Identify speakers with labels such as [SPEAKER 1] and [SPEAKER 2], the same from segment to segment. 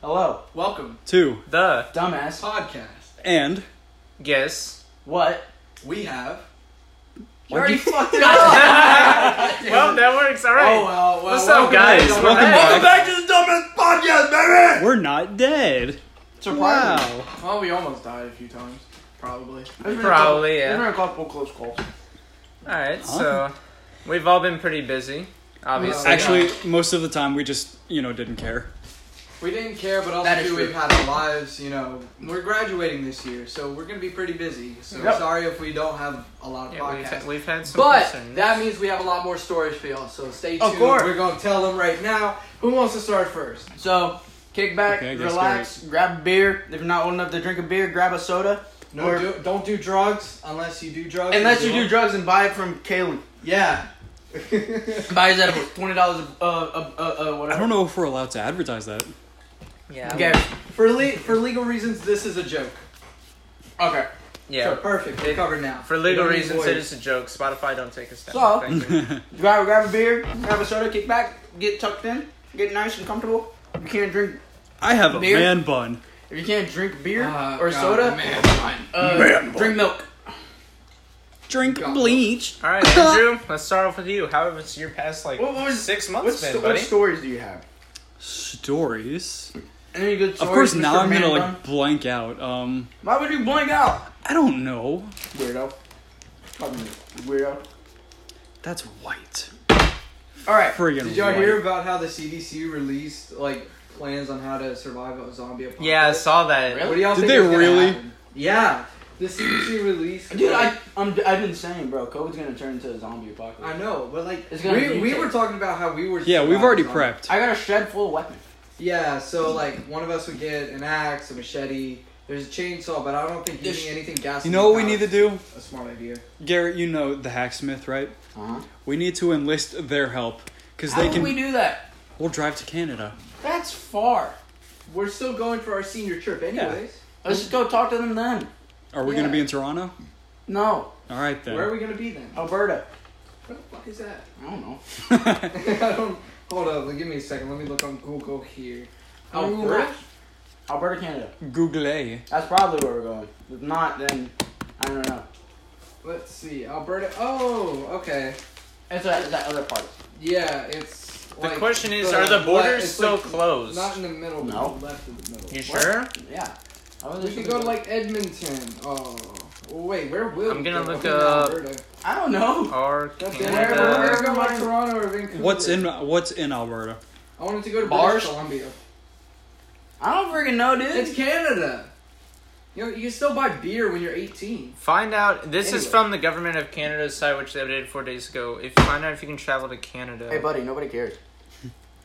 [SPEAKER 1] Hello,
[SPEAKER 2] Welcome
[SPEAKER 3] Two.
[SPEAKER 2] the
[SPEAKER 1] dumbass.
[SPEAKER 2] podcast.
[SPEAKER 3] And
[SPEAKER 2] guess.
[SPEAKER 1] What?
[SPEAKER 2] We have.
[SPEAKER 1] You already fucked it up.
[SPEAKER 2] Well, that works. All
[SPEAKER 1] Oh well. well
[SPEAKER 2] What's
[SPEAKER 1] welcome
[SPEAKER 2] up, guys?
[SPEAKER 1] back,
[SPEAKER 3] Welcome
[SPEAKER 1] dumbass.
[SPEAKER 3] back.
[SPEAKER 2] to the dumbest podcast, baby.
[SPEAKER 3] Oh, we're not dead.
[SPEAKER 1] Surprising.
[SPEAKER 2] Well, we almost died a few times, probably.
[SPEAKER 1] There's been a couple-
[SPEAKER 4] Probably,
[SPEAKER 1] There's
[SPEAKER 4] yeah.
[SPEAKER 1] been a couple close calls.
[SPEAKER 4] All right, so we've all been pretty busy, obviously.
[SPEAKER 2] Wow.
[SPEAKER 3] Actually, most of the time we just, you know, didn't care.
[SPEAKER 2] We didn't care, but
[SPEAKER 1] That
[SPEAKER 2] also
[SPEAKER 1] is
[SPEAKER 2] too,
[SPEAKER 1] true.
[SPEAKER 2] we've had our lives. You know, we're graduating this year, so we're gonna be pretty busy. So
[SPEAKER 1] Yep.
[SPEAKER 2] sorry if we don't have a lot of
[SPEAKER 4] Yeah, we've,
[SPEAKER 2] podcasts.
[SPEAKER 4] had, we've had some
[SPEAKER 2] But
[SPEAKER 4] concerns.
[SPEAKER 2] that means we have a lot more stories for y'all. So stay tuned.
[SPEAKER 1] Of course.
[SPEAKER 2] We're gonna tell them right now. Who wants to start first?
[SPEAKER 1] So, kick back,
[SPEAKER 3] Okay, I guess
[SPEAKER 1] relax, grab a beer. If you're not old enough to drink a beer, grab a soda.
[SPEAKER 2] No,
[SPEAKER 1] Or-
[SPEAKER 2] do, don't do drugs unless you do drugs.
[SPEAKER 1] Unless you do drugs and buy it from Kalen.
[SPEAKER 2] Yeah.
[SPEAKER 1] Buy his edibles. Twenty dollars a uh, uh, uh, uh, whatever.
[SPEAKER 3] I don't know if we're allowed to advertise that.
[SPEAKER 4] yeah,
[SPEAKER 1] Okay.
[SPEAKER 2] for le- for legal reasons, this is a joke.
[SPEAKER 1] Okay.
[SPEAKER 4] yeah.
[SPEAKER 2] So perfect. We're
[SPEAKER 4] It-
[SPEAKER 2] covered now.
[SPEAKER 4] For legal reasons, it is a joke. Spotify, don't take us down.
[SPEAKER 1] So-
[SPEAKER 4] Thank you.
[SPEAKER 1] Grab grab a beer, grab a soda, kick back, get tucked in, get nice and comfortable. If you can't drink
[SPEAKER 3] I have a
[SPEAKER 1] Beer?
[SPEAKER 3] man bun.
[SPEAKER 1] if you can't drink beer
[SPEAKER 2] Uh,
[SPEAKER 1] or
[SPEAKER 2] God,
[SPEAKER 1] soda,
[SPEAKER 2] man, fine.
[SPEAKER 1] uh, drink milk.
[SPEAKER 3] Drink
[SPEAKER 2] God.
[SPEAKER 3] bleach.
[SPEAKER 4] all right, Andrew, let's start off with you. How was your past like
[SPEAKER 1] What- what was-
[SPEAKER 4] six
[SPEAKER 1] What,
[SPEAKER 4] months
[SPEAKER 1] sto-
[SPEAKER 4] been,
[SPEAKER 1] what
[SPEAKER 4] buddy?
[SPEAKER 1] stories do you have?
[SPEAKER 3] Stories.
[SPEAKER 1] Any good
[SPEAKER 3] Of
[SPEAKER 1] stories?
[SPEAKER 3] course, now
[SPEAKER 1] Mr.
[SPEAKER 3] I'm gonna
[SPEAKER 1] Man
[SPEAKER 3] like
[SPEAKER 1] Bun?
[SPEAKER 3] blank out. Um,
[SPEAKER 1] Why would you blank out?
[SPEAKER 3] I don't know.
[SPEAKER 1] Weirdo. Fucking weirdo.
[SPEAKER 3] That's white.
[SPEAKER 1] All right.
[SPEAKER 3] Friggin'
[SPEAKER 2] Did y'all
[SPEAKER 3] white.
[SPEAKER 2] hear about how the CDC released like plans on how to survive a zombie apocalypse?
[SPEAKER 4] yeah, I saw that.
[SPEAKER 1] Really?
[SPEAKER 2] What do y'all
[SPEAKER 3] Did
[SPEAKER 2] think
[SPEAKER 3] they
[SPEAKER 2] is gonna
[SPEAKER 3] really?
[SPEAKER 2] happen? Yeah. The CDC released.
[SPEAKER 1] Dude, I I'm, I've been saying, bro, COVID's gonna turn into a zombie apocalypse.
[SPEAKER 2] I know, but like
[SPEAKER 1] It's gonna
[SPEAKER 2] we,
[SPEAKER 1] be
[SPEAKER 2] we
[SPEAKER 1] taken.
[SPEAKER 2] were talking about how we were.
[SPEAKER 3] Yeah, we've already
[SPEAKER 2] surviving zombies.
[SPEAKER 3] prepped.
[SPEAKER 1] I got a shed full of weapons.
[SPEAKER 2] Yeah, so like one of us would get an axe, a machete. There's a chainsaw, but I don't think
[SPEAKER 1] This-
[SPEAKER 2] using anything gas.
[SPEAKER 3] You know what we need to do,
[SPEAKER 2] A smart idea.
[SPEAKER 3] Garrett? You know the hacksmith, right?
[SPEAKER 1] Uh-huh.
[SPEAKER 3] We need to enlist their help because
[SPEAKER 1] How
[SPEAKER 3] they
[SPEAKER 1] would
[SPEAKER 3] can.
[SPEAKER 1] we do that?
[SPEAKER 3] We'll drive to Canada.
[SPEAKER 1] That's far.
[SPEAKER 2] We're still going for our senior trip, anyways.
[SPEAKER 1] Let's just go talk to them then.
[SPEAKER 3] Are we gonna
[SPEAKER 2] Yeah.
[SPEAKER 3] be in Toronto?
[SPEAKER 1] No,
[SPEAKER 3] All right then.
[SPEAKER 2] Where are we gonna be then?
[SPEAKER 1] Alberta.
[SPEAKER 2] What the fuck is that?
[SPEAKER 1] I don't know.
[SPEAKER 2] I don't. Hold up. Give me a second. Let me look on Google here.
[SPEAKER 4] Oh,
[SPEAKER 1] Alberta? Alberta, Canada.
[SPEAKER 3] Google.
[SPEAKER 1] That's probably where we're going. If not, then I don't know.
[SPEAKER 2] Let's see. Alberta. Oh, okay.
[SPEAKER 1] It's that, that other part.
[SPEAKER 2] Yeah, it's.
[SPEAKER 4] The
[SPEAKER 2] like
[SPEAKER 4] question is, are the
[SPEAKER 2] le-
[SPEAKER 4] borders
[SPEAKER 2] it's
[SPEAKER 4] still
[SPEAKER 2] like
[SPEAKER 4] closed?
[SPEAKER 2] Not in the middle. but
[SPEAKER 1] No.
[SPEAKER 2] Left of the middle.
[SPEAKER 4] you
[SPEAKER 1] What?
[SPEAKER 4] sure?
[SPEAKER 1] Yeah. I was
[SPEAKER 2] We could go to like Edmonton. Oh, well, wait, where will?
[SPEAKER 4] I'm
[SPEAKER 2] we
[SPEAKER 4] gonna
[SPEAKER 2] go?
[SPEAKER 4] look
[SPEAKER 2] In
[SPEAKER 4] up-
[SPEAKER 2] Alberta.
[SPEAKER 1] I don't know.
[SPEAKER 4] Or
[SPEAKER 2] That's
[SPEAKER 1] Yeah.
[SPEAKER 2] it. Where, where, where
[SPEAKER 4] Canada?
[SPEAKER 2] go? Like Toronto or Vancouver?
[SPEAKER 3] What's in What's in Alberta?
[SPEAKER 2] I wanted to go to
[SPEAKER 1] Bars?
[SPEAKER 2] British Columbia.
[SPEAKER 1] I don't freaking know, dude.
[SPEAKER 2] It's Canada. You know, you can still buy beer when you're 18.
[SPEAKER 4] Find out. This is
[SPEAKER 2] Anyway.
[SPEAKER 4] from the government of Canada's site, which they updated four days ago. If find out if you can travel to Canada.
[SPEAKER 1] hey, buddy, nobody cares.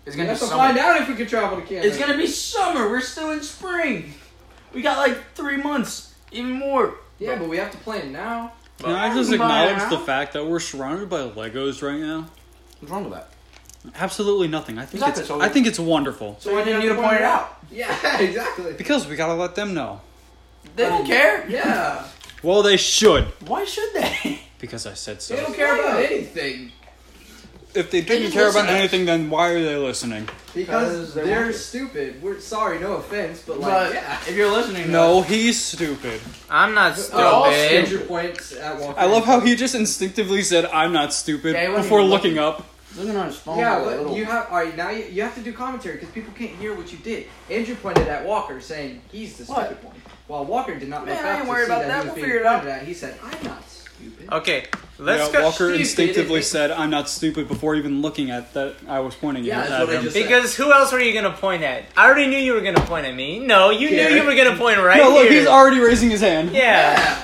[SPEAKER 1] It's
[SPEAKER 2] We
[SPEAKER 1] gonna be
[SPEAKER 2] have to
[SPEAKER 1] summer.
[SPEAKER 2] find out if we can travel to Canada.
[SPEAKER 1] It's gonna be summer. We're still in spring. We got like three months, even more.
[SPEAKER 2] yeah, but we have to plan now.
[SPEAKER 3] Can I just
[SPEAKER 1] Bye
[SPEAKER 3] acknowledge
[SPEAKER 1] now.
[SPEAKER 3] the fact that we're surrounded by Legos right now?
[SPEAKER 1] What's wrong with that?
[SPEAKER 3] Absolutely nothing. I think
[SPEAKER 1] Exactly,
[SPEAKER 3] it's
[SPEAKER 1] so-
[SPEAKER 3] I think it's wonderful
[SPEAKER 1] So why didn't
[SPEAKER 2] you
[SPEAKER 1] you
[SPEAKER 2] have
[SPEAKER 1] point it out?
[SPEAKER 2] Yeah, exactly.
[SPEAKER 3] because we gotta let them know.
[SPEAKER 1] They don't care.
[SPEAKER 2] Yeah,
[SPEAKER 3] Well, they should
[SPEAKER 1] Why should they?
[SPEAKER 3] because I said
[SPEAKER 2] they
[SPEAKER 3] so.
[SPEAKER 2] don't care about
[SPEAKER 1] Yeah.
[SPEAKER 2] anything
[SPEAKER 3] If they didn't
[SPEAKER 1] just
[SPEAKER 3] care about
[SPEAKER 1] listen to us.
[SPEAKER 3] anything, then why are they listening?
[SPEAKER 2] because
[SPEAKER 1] Because they
[SPEAKER 2] they're,
[SPEAKER 1] want to.
[SPEAKER 2] stupid. We're sorry, no offense, but like,
[SPEAKER 1] but
[SPEAKER 2] yeah.
[SPEAKER 1] if you're listening,
[SPEAKER 3] No, he's stupid.
[SPEAKER 4] I'm not
[SPEAKER 2] all
[SPEAKER 4] stupid.
[SPEAKER 2] danger points at Walker.
[SPEAKER 3] I love how he just instinctively said, "I'm not stupid"
[SPEAKER 1] Yeah, he wasn't
[SPEAKER 3] before
[SPEAKER 1] even
[SPEAKER 3] looking up.
[SPEAKER 1] though, looking on his phone.
[SPEAKER 2] Yeah,
[SPEAKER 1] with a
[SPEAKER 2] but
[SPEAKER 1] little-
[SPEAKER 2] you have all right now. You, you have to do commentary because people can't hear what you did. Andrew pointed at Walker, saying he's the
[SPEAKER 1] What?
[SPEAKER 2] stupid one. While Walker did not
[SPEAKER 1] Man,
[SPEAKER 2] look
[SPEAKER 1] I
[SPEAKER 2] back
[SPEAKER 1] ain't
[SPEAKER 2] to
[SPEAKER 1] worried
[SPEAKER 2] see
[SPEAKER 1] about
[SPEAKER 2] that
[SPEAKER 1] that.
[SPEAKER 2] he was
[SPEAKER 1] We'll
[SPEAKER 2] being
[SPEAKER 1] figure it out.
[SPEAKER 2] pointed at. He said, "I'm not stupid."
[SPEAKER 4] Okay, let's
[SPEAKER 3] yeah,
[SPEAKER 4] go.
[SPEAKER 3] Walker
[SPEAKER 2] stupid.
[SPEAKER 3] instinctively said, "I'm not stupid" before even looking at that I was pointing
[SPEAKER 2] Yeah,
[SPEAKER 3] at,
[SPEAKER 2] that's
[SPEAKER 3] at
[SPEAKER 2] what I
[SPEAKER 3] him.
[SPEAKER 2] just-
[SPEAKER 4] Because who else were you gonna point at? I already knew you were gonna point at me. No, you
[SPEAKER 2] Yeah.
[SPEAKER 4] knew you were gonna point right
[SPEAKER 3] no, look,
[SPEAKER 4] here.
[SPEAKER 3] he's already raising his hand.
[SPEAKER 4] yeah.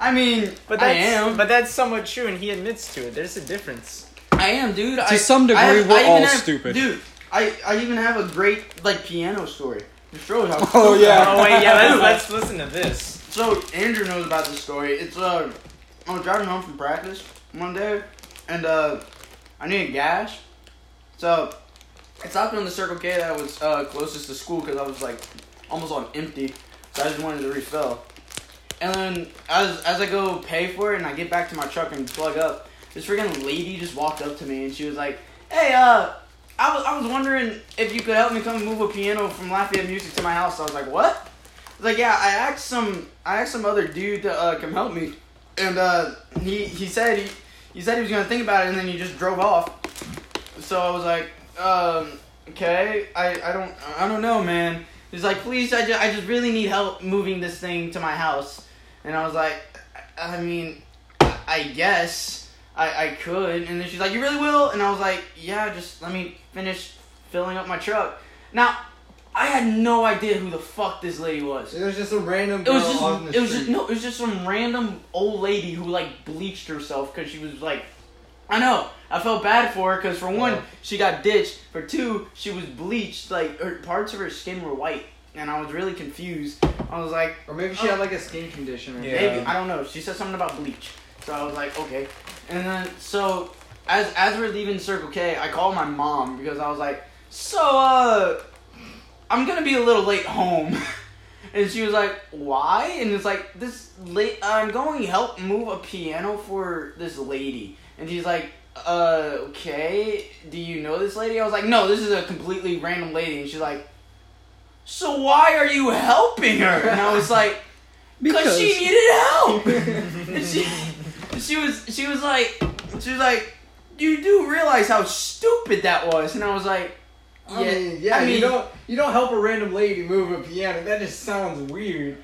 [SPEAKER 1] I mean,
[SPEAKER 4] but
[SPEAKER 1] I
[SPEAKER 4] that's
[SPEAKER 1] am.
[SPEAKER 4] but that's somewhat true, and he admits to it. There's a difference.
[SPEAKER 1] I am, dude. To I,
[SPEAKER 3] some degree,
[SPEAKER 1] I have-
[SPEAKER 3] we're
[SPEAKER 1] I even
[SPEAKER 3] all
[SPEAKER 1] have-
[SPEAKER 3] stupid.
[SPEAKER 1] dude. I, I even have a great like piano story. It shows how.
[SPEAKER 3] Oh yeah.
[SPEAKER 4] Oh wait, yeah. Let's, let's listen to this.
[SPEAKER 1] So Andrew knows about this story. It's uh, I was driving home from practice one day, and uh, I needed gas, so I stopped on the Circle K that was uh, closest to school because I was like almost on empty, so I just wanted to refill. And then as as I go pay for it and I get back to my truck and plug up, this freaking lady just walked up to me and she was like, "Hey, uh, I was, I was wondering if you could help me come move a piano from Lafayette Music to my house. I was like, what? I was like, yeah, I asked some, I asked some other dude to uh, come help me, and uh, he he said he, he said he was gonna think about it, and then he just drove off. So I was like, um, okay, I, I don't I don't know, man. He's like, please, I just, I just really need help moving this thing to my house, and I was like, I I mean, I guess I, I could. And then she's like, You really will? And I was like, Yeah, just let me finish filling up my truck. Now, I had no idea who the fuck this lady was.
[SPEAKER 2] It was just a random
[SPEAKER 1] It
[SPEAKER 2] girl
[SPEAKER 1] was
[SPEAKER 2] on the
[SPEAKER 1] just, it was just,
[SPEAKER 2] street.
[SPEAKER 1] no, it was just some random old lady who like bleached herself because she was like, I know, I felt bad for her because for one,
[SPEAKER 2] Yeah.
[SPEAKER 1] she got ditched. For two, she was bleached. Like her parts of her skin were white, and I was really confused. I was like,
[SPEAKER 2] or maybe she had like a skin condition. Or
[SPEAKER 4] Yeah.
[SPEAKER 1] Maybe I don't know. She said something about bleach, so I was like, okay. And then so as as we're leaving Circle K, I called my mom because I was like, so uh, I'm gonna be a little late home, and she was like, why? And it's like this late. I'm going help move a piano for this lady, and she's like. Uh, okay. Do you know this lady? I was like, no, this is a completely random lady. And she's like, so why are you helping her? And I was like, because she needed help. and she, she was she was like she was like, you do realize how stupid that was, and I was like,
[SPEAKER 2] I mean, yeah,
[SPEAKER 1] I mean-
[SPEAKER 2] you don't you don't help a random lady move a piano. That just sounds weird.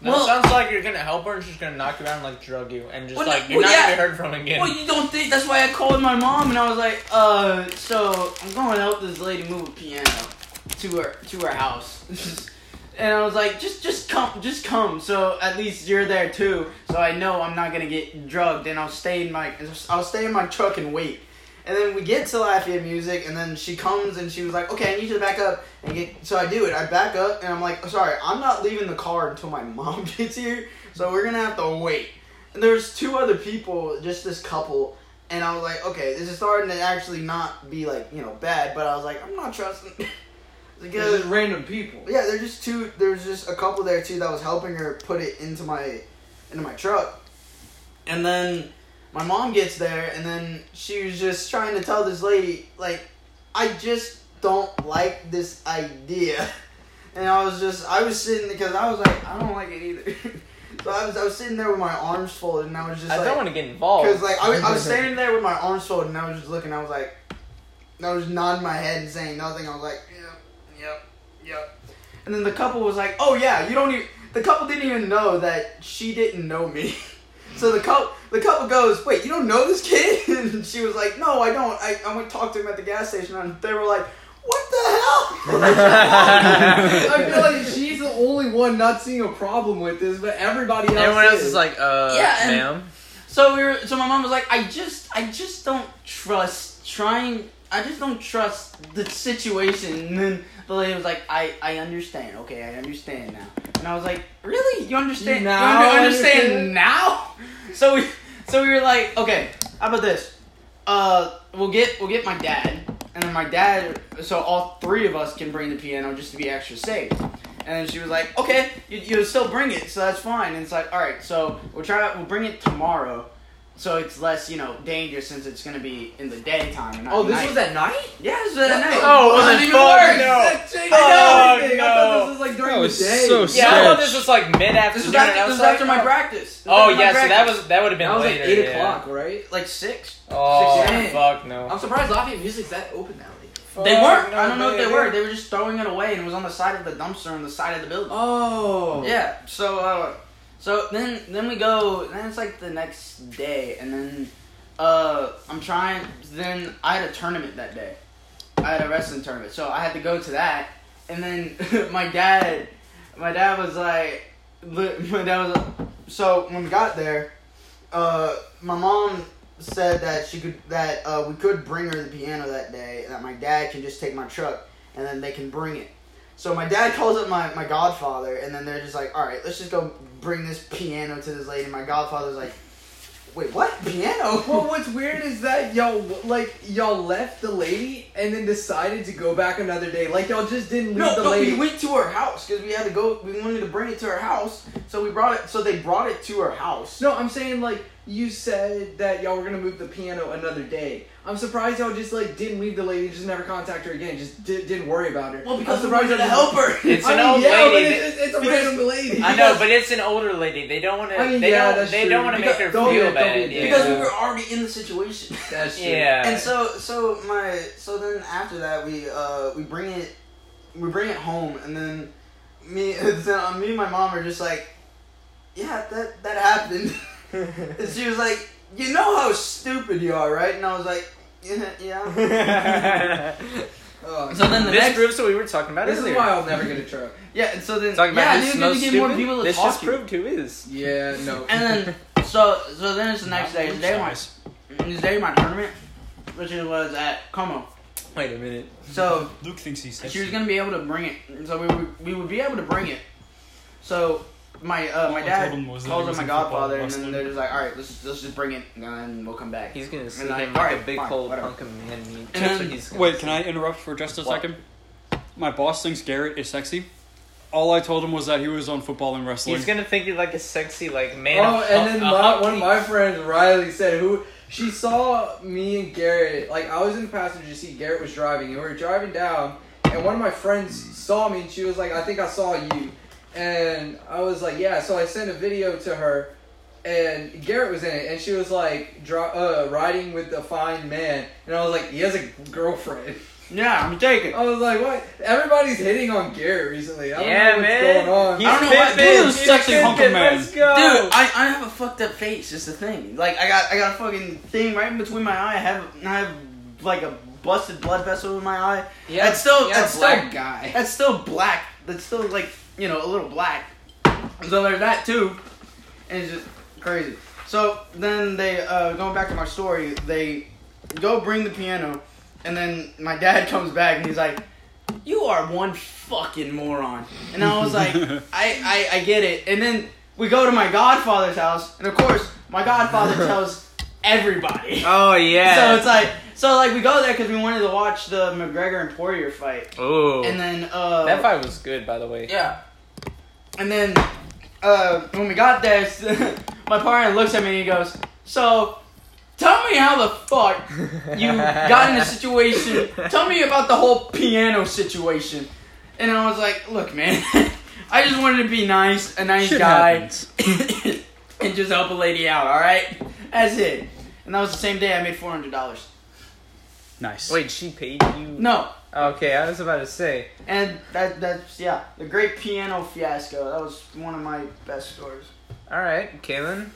[SPEAKER 4] No,
[SPEAKER 1] Well-
[SPEAKER 4] it sounds like you're gonna help her and she's gonna knock you down and like drug you and just
[SPEAKER 1] Well, no-
[SPEAKER 4] like you're
[SPEAKER 1] well,
[SPEAKER 4] not
[SPEAKER 1] yeah.
[SPEAKER 4] gonna be heard from again.
[SPEAKER 1] well, you don't think that's why I called my mom, and I was like, uh, so I'm going to help this lady move a piano to her to her house. And I was like, just, just come, just come. So at least you're there too. So I know I'm not gonna get drugged, and I'll stay in my, I'll stay in my truck and wait. And then we get to Lafayette Music, and then she comes and she was like, okay, I need you to back up and get. So I do it. I back up, and I'm like, "Oh, sorry, I'm not leaving the car until my mom gets here. So we're gonna have to wait. And there's two other people, just this couple, and I was like, okay, this is starting to actually not be like you know bad, but I was like, I'm not trusting.
[SPEAKER 2] They're just random people.
[SPEAKER 1] Yeah, there's just two. There's just a couple there too that was helping her put it into my, into my truck, and then my mom gets there, and then she was just trying to tell this lady like, I just don't like this idea, and I was just I was sitting because I was like I don't like it either, so I was I was sitting there with my arms folded and I was just
[SPEAKER 4] I
[SPEAKER 1] like
[SPEAKER 4] don't want to get involved.
[SPEAKER 1] because like I was, I was standing there with my arms folded and I was just looking. I was like, I was nodding my head and saying nothing. I was like, yep, yep, yep. And then the couple was like, oh yeah, you don't even. The couple didn't even know that she didn't know me. so the couple, the couple goes, wait, you don't know this kid? and she was like, no, I don't. I, I went to talk to him at the gas station and they were like, what the hell?
[SPEAKER 2] I feel like she's the only one not seeing a problem with this, but everybody else.
[SPEAKER 4] Everyone else
[SPEAKER 2] is.
[SPEAKER 4] is like, uh,
[SPEAKER 1] Yeah, and-
[SPEAKER 4] ma'am.
[SPEAKER 1] So we were. So my mom was like, I just, I just don't trust trying. I just don't trust the situation. And then the lady was like, I, I understand. Okay, I understand now. And I was like, really? You understand
[SPEAKER 2] You
[SPEAKER 1] now?
[SPEAKER 2] now
[SPEAKER 1] understand,
[SPEAKER 2] understand?
[SPEAKER 1] now? So we, so we were like, okay, how about this? Uh, we'll get, we'll get my dad, and then my dad. So all three of us can bring the piano just to be extra safe. And then she was like, "Okay, you you still bring it, so that's fine." And it's like, "All right, so we'll try. We'll bring it tomorrow, so it's less you know dangerous since it's gonna be in the daytime." And not
[SPEAKER 2] oh, this
[SPEAKER 1] night.
[SPEAKER 2] was at night.
[SPEAKER 1] yeah, this was at night.
[SPEAKER 4] Oh, it was
[SPEAKER 1] Well,
[SPEAKER 4] at
[SPEAKER 1] even
[SPEAKER 4] fuck,
[SPEAKER 1] worse.
[SPEAKER 4] no.
[SPEAKER 2] That changed
[SPEAKER 4] Oh,
[SPEAKER 2] everything. I
[SPEAKER 4] no.
[SPEAKER 2] thought this was like during
[SPEAKER 3] That
[SPEAKER 2] the
[SPEAKER 3] was
[SPEAKER 2] day.
[SPEAKER 3] so
[SPEAKER 4] Yeah, I thought
[SPEAKER 3] Bitch.
[SPEAKER 4] this was like mid
[SPEAKER 1] This
[SPEAKER 4] afternoon.
[SPEAKER 1] was after, this was after my practice. This was
[SPEAKER 4] Oh
[SPEAKER 1] after my
[SPEAKER 4] yeah, so that
[SPEAKER 1] practice.
[SPEAKER 4] was that would have been
[SPEAKER 2] That was
[SPEAKER 4] later.
[SPEAKER 2] like eight
[SPEAKER 4] yeah.
[SPEAKER 2] o'clock, right?
[SPEAKER 1] like six.
[SPEAKER 4] Oh
[SPEAKER 1] 6 a.m.
[SPEAKER 4] fuck no.
[SPEAKER 2] I'm surprised Lafayette Music's that open that late.
[SPEAKER 1] They
[SPEAKER 4] Fuck
[SPEAKER 1] weren't.
[SPEAKER 4] no,
[SPEAKER 1] I don't know if they
[SPEAKER 4] baby.
[SPEAKER 1] were. They were just throwing it away, and it was on the side of the dumpster on the side of the building.
[SPEAKER 2] Oh.
[SPEAKER 1] Yeah. So uh, so then then we go. Then it's like the next day, and then uh, I'm trying. Then I had a tournament that day. I had a wrestling tournament, so I had to go to that. And then my dad, my dad was like, li- my dad was. Like, so when we got there, uh, my mom said that she could that uh, we could bring her the piano that day. That my dad can just take my truck, and then they can bring it. So my dad calls up my, my godfather, and then they're just like, all right, let's just go bring this piano to this lady. And my godfather's like, wait, what?
[SPEAKER 2] Well,
[SPEAKER 1] Piano?
[SPEAKER 2] what's weird is that y'all like y'all left the lady and then decided to go back another day. Like y'all just didn't leave
[SPEAKER 1] no,
[SPEAKER 2] the
[SPEAKER 1] no,
[SPEAKER 2] lady.
[SPEAKER 1] we went to her house because we had to go, we wanted to bring it to her house. So we brought it. So they brought it to our house.
[SPEAKER 2] No, I'm saying like you said that y'all were gonna move the piano another day. I'm surprised y'all just like didn't leave the lady, just never contact her again, just di- didn't worry about her.
[SPEAKER 1] Well,
[SPEAKER 2] I'm
[SPEAKER 1] because we
[SPEAKER 2] surprised
[SPEAKER 1] wanted to
[SPEAKER 2] y'all just-
[SPEAKER 1] help her.
[SPEAKER 4] It's
[SPEAKER 2] I
[SPEAKER 4] an
[SPEAKER 2] mean,
[SPEAKER 4] old
[SPEAKER 2] yeah,
[SPEAKER 4] lady.
[SPEAKER 2] but it's, it's, it's a
[SPEAKER 1] because-
[SPEAKER 2] random lady.
[SPEAKER 4] I know, but it's an older lady. They don't want to.
[SPEAKER 2] I mean,
[SPEAKER 4] they
[SPEAKER 2] yeah,
[SPEAKER 4] don't.
[SPEAKER 2] that's
[SPEAKER 4] They
[SPEAKER 2] true.
[SPEAKER 4] don't want to make
[SPEAKER 2] Because-
[SPEAKER 4] her
[SPEAKER 2] don't be a- don't
[SPEAKER 4] feel
[SPEAKER 2] be a
[SPEAKER 4] bad.
[SPEAKER 2] dick.
[SPEAKER 4] yeah.
[SPEAKER 1] because we were already in the situation.
[SPEAKER 2] That's true.
[SPEAKER 4] yeah.
[SPEAKER 1] And so, so my, so then after that, we uh we bring it, we bring it home, and then me, then uh, me and my mom are just like, yeah, that that happened. and she was like, you know how stupid you are, right? And I was like, yeah. yeah.
[SPEAKER 2] Oh,
[SPEAKER 1] So then the
[SPEAKER 4] this
[SPEAKER 1] next-
[SPEAKER 4] proves what we were talking about
[SPEAKER 2] this
[SPEAKER 4] earlier.
[SPEAKER 2] is why I'll never get a truck.
[SPEAKER 1] Yeah, and so then
[SPEAKER 4] Talking about
[SPEAKER 1] yeah,
[SPEAKER 4] who
[SPEAKER 1] dude,
[SPEAKER 4] smells
[SPEAKER 1] we need to get more
[SPEAKER 4] stupid?
[SPEAKER 1] people to
[SPEAKER 4] This
[SPEAKER 1] talk
[SPEAKER 4] just
[SPEAKER 1] to.
[SPEAKER 4] proved who is.
[SPEAKER 2] Yeah, no.
[SPEAKER 1] And then so so then it's the next day. It's day my it's day my tournament, which is- was at Como.
[SPEAKER 4] Wait a minute.
[SPEAKER 1] So
[SPEAKER 3] Luke thinks he's
[SPEAKER 1] she was gonna be able to bring it, so we would, we would be able to bring it. So my uh, my
[SPEAKER 3] I
[SPEAKER 1] dad
[SPEAKER 3] told him was that
[SPEAKER 1] calls
[SPEAKER 3] he
[SPEAKER 1] up
[SPEAKER 3] was
[SPEAKER 1] my
[SPEAKER 3] in football
[SPEAKER 1] godfather, and then
[SPEAKER 3] wrestling.
[SPEAKER 1] they're just like, all right, let's let's just bring it, and we'll come back.
[SPEAKER 4] He's gonna see
[SPEAKER 1] And I-
[SPEAKER 4] him like a
[SPEAKER 1] alright,
[SPEAKER 4] big
[SPEAKER 1] fine,
[SPEAKER 4] old
[SPEAKER 1] whatever.
[SPEAKER 4] punk of man. and he-
[SPEAKER 1] And
[SPEAKER 4] that's
[SPEAKER 1] then-
[SPEAKER 4] what he's gonna
[SPEAKER 3] Wait,
[SPEAKER 4] see.
[SPEAKER 3] can I interrupt for just a
[SPEAKER 1] What?
[SPEAKER 3] second? My boss thinks Garrett is sexy. All I told him was that he was on football and wrestling.
[SPEAKER 4] He's gonna think you're like a sexy like man.
[SPEAKER 2] oh, and then
[SPEAKER 4] a
[SPEAKER 2] my,
[SPEAKER 4] hot
[SPEAKER 2] one of my friends, Riley, said who she saw me and Garrett. Like I was in the passenger seat, Garrett was driving, and we were driving down, and one of my friends saw me, and she was like, "I think I saw you," and I was like, "Yeah." So I sent a video to her, and Garrett was in it, and she was like, dri uh, "Riding with a fine man," and I was like, "He has a girlfriend."
[SPEAKER 1] Yeah, I'm taking.
[SPEAKER 2] I was like, "What?" Everybody's hitting on Garrett recently. I don't
[SPEAKER 4] Yeah,
[SPEAKER 2] know what's
[SPEAKER 4] man.
[SPEAKER 2] going on.
[SPEAKER 4] He's
[SPEAKER 1] I don't know why-
[SPEAKER 4] pimping.
[SPEAKER 3] Dude,
[SPEAKER 4] He's
[SPEAKER 3] sexy hunk of
[SPEAKER 4] pimping.
[SPEAKER 3] man.
[SPEAKER 4] Let's go.
[SPEAKER 1] Dude, I, I have a fucked up face. It's the thing. Like I got I got a fucking thing right in between my eye. I have I have like a busted blood vessel in my eye.
[SPEAKER 4] Yeah,
[SPEAKER 1] that's still
[SPEAKER 4] yeah,
[SPEAKER 1] that's
[SPEAKER 4] black
[SPEAKER 1] still
[SPEAKER 2] guy.
[SPEAKER 1] That's still black. That's still like you know a little black. So there's that too, and it's just crazy. So then they uh, going back to my story. They go bring the piano, and then my dad comes back and he's like, "You are one fucking moron." And I was like, I, "I I get it." And then we go to my godfather's house, and of course my godfather tells everybody.
[SPEAKER 4] oh
[SPEAKER 1] So
[SPEAKER 4] yeah.
[SPEAKER 1] it's like so like we go there because we wanted to watch the McGregor and Poirier fight.
[SPEAKER 4] oh,
[SPEAKER 1] And then uh
[SPEAKER 4] that fight was good, by the way.
[SPEAKER 1] Yeah. And then uh when we got there s- my partner looks at me and he goes, So tell me how the fuck you got in a situation tell me about the whole piano situation. And I was like, Look man, I just wanted to be nice, a nice
[SPEAKER 3] Shit
[SPEAKER 1] guy
[SPEAKER 3] happens.
[SPEAKER 1] and just help a lady out, alright? That's it. And that was the same day I made four hundred dollars.
[SPEAKER 3] Nice.
[SPEAKER 4] Wait, she paid you?
[SPEAKER 1] No,
[SPEAKER 4] Okay, I was about to say.
[SPEAKER 1] And that that's yeah, the great piano fiasco. That was one of my best stories.
[SPEAKER 4] All right, Kaylin.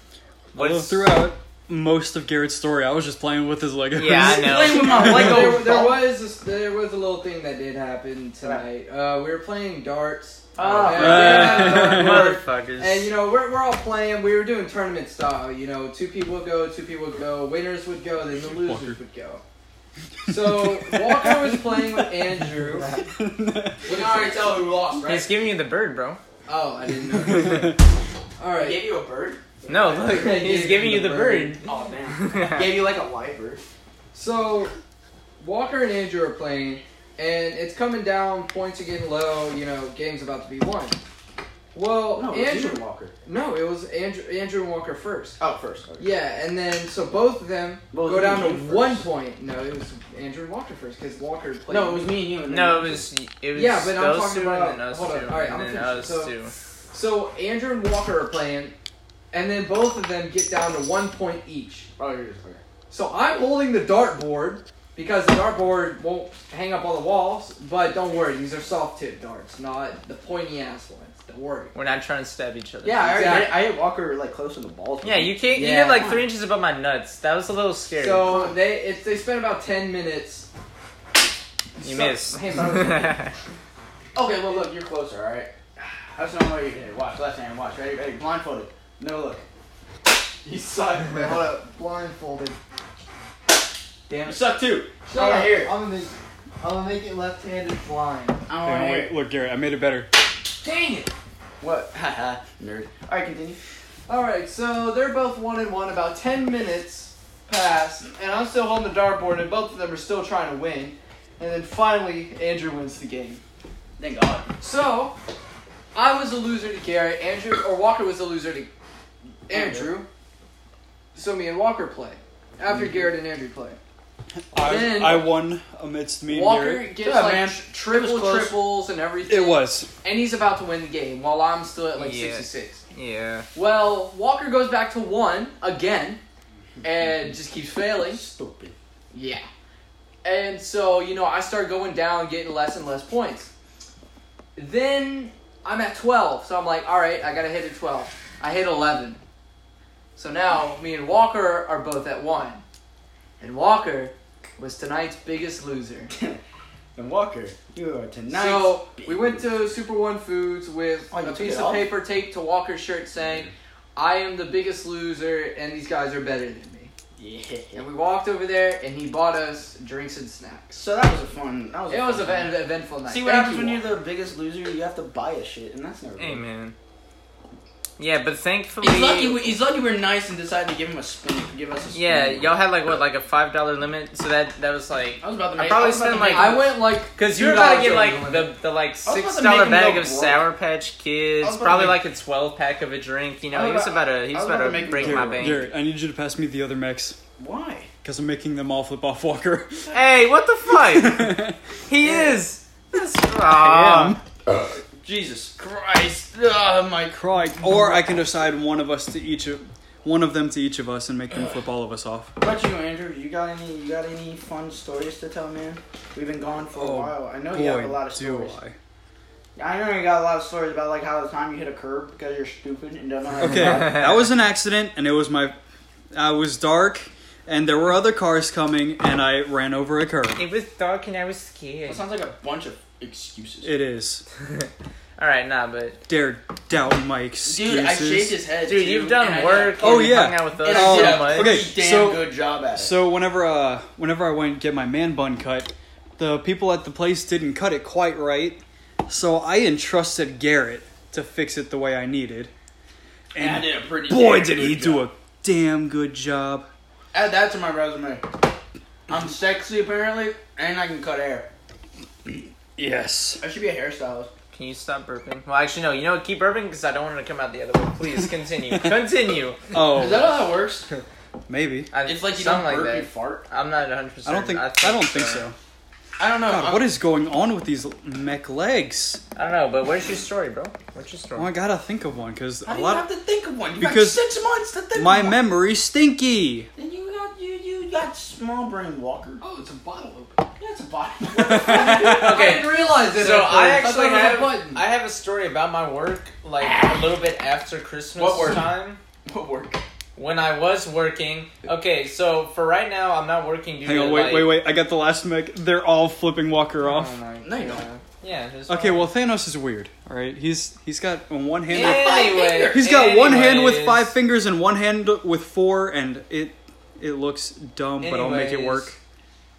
[SPEAKER 3] Although throughout most of Garrett's story, I was just playing with his Legos.
[SPEAKER 4] Yeah, I know.
[SPEAKER 1] Playing with my
[SPEAKER 2] there,
[SPEAKER 1] Lego.
[SPEAKER 2] there was a, there was a little thing that did happen tonight. Uh, we were playing darts.
[SPEAKER 1] Oh,
[SPEAKER 2] and,
[SPEAKER 3] Right.
[SPEAKER 4] motherfuckers.
[SPEAKER 2] and, you know we're, we're all playing. We were doing tournament style. You know, two people would go, two people would go, winners would go, then the losers
[SPEAKER 3] Walker.
[SPEAKER 2] would go. So Walker was playing with Andrew.
[SPEAKER 1] we can already tell who lost,
[SPEAKER 4] He's giving you the bird, bro.
[SPEAKER 2] Oh, I didn't know. All right.
[SPEAKER 1] you a bird.
[SPEAKER 4] No, look,
[SPEAKER 2] He
[SPEAKER 4] he's
[SPEAKER 2] gave
[SPEAKER 4] giving
[SPEAKER 2] you
[SPEAKER 4] you the
[SPEAKER 2] the
[SPEAKER 4] bird.
[SPEAKER 1] Oh damn. you like a live bird.
[SPEAKER 2] So Walker and Andrew are playing, and it's coming down. Points are getting low. You know, game's about to be won. Well,
[SPEAKER 1] No, it's
[SPEAKER 2] Andrew.
[SPEAKER 1] Andrew Walker.
[SPEAKER 2] No, it was Andrew, Andrew and Walker first.
[SPEAKER 1] Oh, first. Okay.
[SPEAKER 2] Yeah, and then so both of them
[SPEAKER 1] Both
[SPEAKER 2] go
[SPEAKER 1] of
[SPEAKER 2] down
[SPEAKER 1] them
[SPEAKER 2] to
[SPEAKER 1] came first.
[SPEAKER 2] one point. No, it was Andrew and Walker first because Walker played.
[SPEAKER 1] No, it was me and you. And
[SPEAKER 4] No,
[SPEAKER 1] then-
[SPEAKER 4] it was it was
[SPEAKER 2] Yeah, but I'm
[SPEAKER 4] those
[SPEAKER 2] talking
[SPEAKER 4] two
[SPEAKER 2] about-
[SPEAKER 4] and then us
[SPEAKER 2] hold
[SPEAKER 4] two
[SPEAKER 2] on, alright, I'm
[SPEAKER 4] and then
[SPEAKER 2] finished.
[SPEAKER 4] us
[SPEAKER 2] So-
[SPEAKER 4] two.
[SPEAKER 2] so Andrew and Walker are playing, and then both of them get down to one point each.
[SPEAKER 1] Oh, you're just okay.
[SPEAKER 2] So I'm holding the dartboard because the dartboard won't hang up on the walls. But don't worry, these are soft tip darts, not the pointy ass ones. Don't worry.
[SPEAKER 4] We're not trying to stab each other.
[SPEAKER 1] Yeah, I already.
[SPEAKER 2] Exactly.
[SPEAKER 1] Hit, I hit Walker like close to the balls.
[SPEAKER 4] Yeah, you can't. You
[SPEAKER 2] Yeah.
[SPEAKER 4] hit like three inches above my nuts. That was a little scary.
[SPEAKER 2] So they it's, they spent about ten minutes. So-
[SPEAKER 4] you missed.
[SPEAKER 2] Hey, bro.
[SPEAKER 1] Okay, well look, you're closer. All right. That's not what you did. Watch left hand. Watch ready. Ready. Blindfolded. No look. You suck. Wait, hold up.
[SPEAKER 5] blindfolded.
[SPEAKER 1] You suck too.
[SPEAKER 5] Shut
[SPEAKER 1] Over
[SPEAKER 5] up.
[SPEAKER 1] here.
[SPEAKER 5] I'm gonna make, I'm gonna make it left-handed blind.
[SPEAKER 1] I
[SPEAKER 3] Hey, wait, look, Garrett, I made it better.
[SPEAKER 2] Dang it!
[SPEAKER 1] What? Haha. Nerd. All right, continue.
[SPEAKER 5] All right, so they're both one and one. About ten minutes pass, and I'm still holding the dartboard, and both of them are still trying to win. And then finally, Andrew wins the game.
[SPEAKER 1] Thank God.
[SPEAKER 5] So
[SPEAKER 2] I was a loser to Garrett. Andrew or Walker was a loser to Andrew. So me and Walker play after Garrett and Andrew play.
[SPEAKER 3] I,
[SPEAKER 2] Then-
[SPEAKER 3] I won amidst me and
[SPEAKER 2] Walker
[SPEAKER 3] Garrett.
[SPEAKER 2] gets
[SPEAKER 1] Yeah,
[SPEAKER 2] like
[SPEAKER 1] man. It
[SPEAKER 2] triple
[SPEAKER 1] was close.
[SPEAKER 2] triples and everything.
[SPEAKER 3] It was.
[SPEAKER 2] and he's about to win the game while I'm still at like
[SPEAKER 4] Yeah.
[SPEAKER 2] 66.
[SPEAKER 4] Yeah.
[SPEAKER 2] Well, Walker goes back to one again and just keeps failing.
[SPEAKER 1] Stupid.
[SPEAKER 2] Yeah. And so, you know, I start going down, getting less and less points. Then I'm at 12, so I'm like, all right, I gotta hit a 12. I hit 11. So now me and Walker are both at 1. And Walker was tonight's biggest loser.
[SPEAKER 1] And Walker, you are tonight.
[SPEAKER 2] So we went to Super One Foods with
[SPEAKER 1] Oh, you
[SPEAKER 2] a
[SPEAKER 1] took
[SPEAKER 2] piece
[SPEAKER 1] it
[SPEAKER 2] of
[SPEAKER 1] off?
[SPEAKER 2] paper taped to Walker's shirt saying, "I am the biggest loser, and these guys are better than me."
[SPEAKER 1] Yeah.
[SPEAKER 2] And we walked over there, and he bought us drinks and snacks.
[SPEAKER 1] So that was a fun. That was.
[SPEAKER 2] It
[SPEAKER 1] a
[SPEAKER 2] was
[SPEAKER 1] fun
[SPEAKER 2] a
[SPEAKER 1] night.
[SPEAKER 2] an eventful night.
[SPEAKER 1] See what
[SPEAKER 2] Thank
[SPEAKER 1] happens
[SPEAKER 2] you,
[SPEAKER 1] when you're
[SPEAKER 2] Walker.
[SPEAKER 1] the biggest loser? You have to buy a shit, and that's never.
[SPEAKER 4] Hey,
[SPEAKER 1] good.
[SPEAKER 4] man. Yeah, but thankfully,
[SPEAKER 1] He's lucky. We, he's lucky we're nice and decided to give him a spoon. Give us a spoon.
[SPEAKER 4] yeah, y'all had like what, like a five dollar limit, so that that was like,
[SPEAKER 1] I was about to
[SPEAKER 4] I
[SPEAKER 1] make.
[SPEAKER 4] probably
[SPEAKER 1] was about to
[SPEAKER 4] spent,
[SPEAKER 1] make-
[SPEAKER 4] like-
[SPEAKER 2] I went like
[SPEAKER 4] cause you were about to get
[SPEAKER 2] $2
[SPEAKER 4] like
[SPEAKER 2] over
[SPEAKER 4] the the like
[SPEAKER 1] I was about
[SPEAKER 4] six
[SPEAKER 1] to make
[SPEAKER 4] dollar
[SPEAKER 1] him
[SPEAKER 4] bag
[SPEAKER 1] go
[SPEAKER 4] of
[SPEAKER 1] broke.
[SPEAKER 4] Sour Patch
[SPEAKER 1] I was
[SPEAKER 4] Kids,
[SPEAKER 1] about to
[SPEAKER 4] probably
[SPEAKER 1] make-
[SPEAKER 4] like a twelve pack of a drink. You
[SPEAKER 1] I
[SPEAKER 4] know,
[SPEAKER 1] was
[SPEAKER 4] he was
[SPEAKER 1] about-
[SPEAKER 4] about
[SPEAKER 1] I
[SPEAKER 4] to he was
[SPEAKER 1] was
[SPEAKER 4] about,
[SPEAKER 1] about to
[SPEAKER 4] to
[SPEAKER 1] make him
[SPEAKER 4] break
[SPEAKER 1] go
[SPEAKER 4] my
[SPEAKER 1] broke.
[SPEAKER 4] bank.
[SPEAKER 3] Garrett, I need you to pass me the other mechs
[SPEAKER 1] Why?
[SPEAKER 3] because I'm making them all flip off Walker.
[SPEAKER 4] Hey, what the fuck? he is. That's,
[SPEAKER 3] Um,
[SPEAKER 4] Aw.
[SPEAKER 1] Jesus Christ! Ugh, my cr-
[SPEAKER 3] Cry. Or I can decide one of us to each of one of them to each of us and make them flip all of us off.
[SPEAKER 1] What about you, Andrew? You got any? You got any fun stories to tell, man? We've been gone for a
[SPEAKER 3] Oh,
[SPEAKER 1] while. I know
[SPEAKER 3] Boy,
[SPEAKER 1] you have a lot of
[SPEAKER 3] do
[SPEAKER 1] stories.
[SPEAKER 3] I.
[SPEAKER 1] I know you got a lot of stories about like how the time you hit a curb because you're stupid and don't know. How to
[SPEAKER 3] Okay,
[SPEAKER 1] drive.
[SPEAKER 3] that was an accident, and it was my. I was dark, and there were other cars coming, and I ran over a curb.
[SPEAKER 4] It was dark and I was scared.
[SPEAKER 1] That sounds like a bunch of excuses.
[SPEAKER 3] It is.
[SPEAKER 4] All right, nah, but
[SPEAKER 3] Dare doubt my excuses.
[SPEAKER 1] Dude, I shaved his head.
[SPEAKER 4] dude, you've done
[SPEAKER 1] and
[SPEAKER 4] work.
[SPEAKER 3] Oh,
[SPEAKER 4] and
[SPEAKER 3] yeah.
[SPEAKER 4] hung out with
[SPEAKER 1] I
[SPEAKER 4] us
[SPEAKER 1] did, and
[SPEAKER 3] Oh,
[SPEAKER 1] I did
[SPEAKER 4] so
[SPEAKER 1] a
[SPEAKER 4] much.
[SPEAKER 3] okay,
[SPEAKER 1] pretty damn
[SPEAKER 3] so-
[SPEAKER 1] good job at it.
[SPEAKER 3] So whenever uh whenever I went and get my man bun cut, the people at the place didn't cut it quite right. So I entrusted Garrett to fix it the way I needed.
[SPEAKER 1] and I
[SPEAKER 3] And
[SPEAKER 1] did a pretty.
[SPEAKER 3] boy
[SPEAKER 1] damn
[SPEAKER 3] did
[SPEAKER 1] good
[SPEAKER 3] he
[SPEAKER 1] job.
[SPEAKER 3] do a damn good job.
[SPEAKER 1] Add that to my resume. I'm sexy apparently, and I can cut hair.
[SPEAKER 3] Yes.
[SPEAKER 1] I should be a hairstylist.
[SPEAKER 4] Can you stop burping? Well, actually, no. You know what? Keep burping because I don't want it to come out the other way. Please continue. continue.
[SPEAKER 1] Is
[SPEAKER 3] Oh,
[SPEAKER 1] that how that works?
[SPEAKER 3] maybe.
[SPEAKER 4] I,
[SPEAKER 1] It's like you don't
[SPEAKER 4] something
[SPEAKER 1] burp,
[SPEAKER 4] like
[SPEAKER 1] you fart.
[SPEAKER 4] that. I'm not 100. percent
[SPEAKER 3] I don't think I, don't think so.
[SPEAKER 1] I don't know.
[SPEAKER 3] God, what is going on with these mech legs?
[SPEAKER 4] I don't know, but where's your story, bro? What's your
[SPEAKER 3] Oh,
[SPEAKER 4] story?
[SPEAKER 3] I gotta think of one because
[SPEAKER 1] How
[SPEAKER 3] a
[SPEAKER 1] do you have
[SPEAKER 3] lot.
[SPEAKER 1] to think of one? You
[SPEAKER 3] Because
[SPEAKER 1] got six months to think.
[SPEAKER 3] Of,
[SPEAKER 1] of
[SPEAKER 3] my
[SPEAKER 1] one.
[SPEAKER 3] memory stinky.
[SPEAKER 1] Then you got you you got small brain Walker.
[SPEAKER 2] Oh, it's a bottle open.
[SPEAKER 1] Yeah, it's a body.
[SPEAKER 2] I didn't realize it.
[SPEAKER 4] So
[SPEAKER 2] at
[SPEAKER 4] I
[SPEAKER 2] first.
[SPEAKER 4] actually
[SPEAKER 2] thought it was a
[SPEAKER 4] have
[SPEAKER 2] button.
[SPEAKER 4] I have a story about my work, like a little bit after Christmas
[SPEAKER 1] What work?
[SPEAKER 4] time
[SPEAKER 1] what work?
[SPEAKER 4] when I was working. Okay, so for right now, I'm not working. Due
[SPEAKER 3] Hang
[SPEAKER 4] to,
[SPEAKER 3] on, wait,
[SPEAKER 4] like-
[SPEAKER 3] wait, wait. I got the last mech. They're all flipping Walker off.
[SPEAKER 4] Oh my
[SPEAKER 1] No, you
[SPEAKER 4] God.
[SPEAKER 1] don't.
[SPEAKER 4] Yeah. there's
[SPEAKER 3] Okay,
[SPEAKER 4] one.
[SPEAKER 3] well Thanos is weird. All right, he's he's got on one hand.
[SPEAKER 4] Anyway,
[SPEAKER 3] he's got one hand with
[SPEAKER 4] anyways-
[SPEAKER 3] five fingers and one hand with four, and it it looks dumb, but I'll make it work.
[SPEAKER 4] Anyways,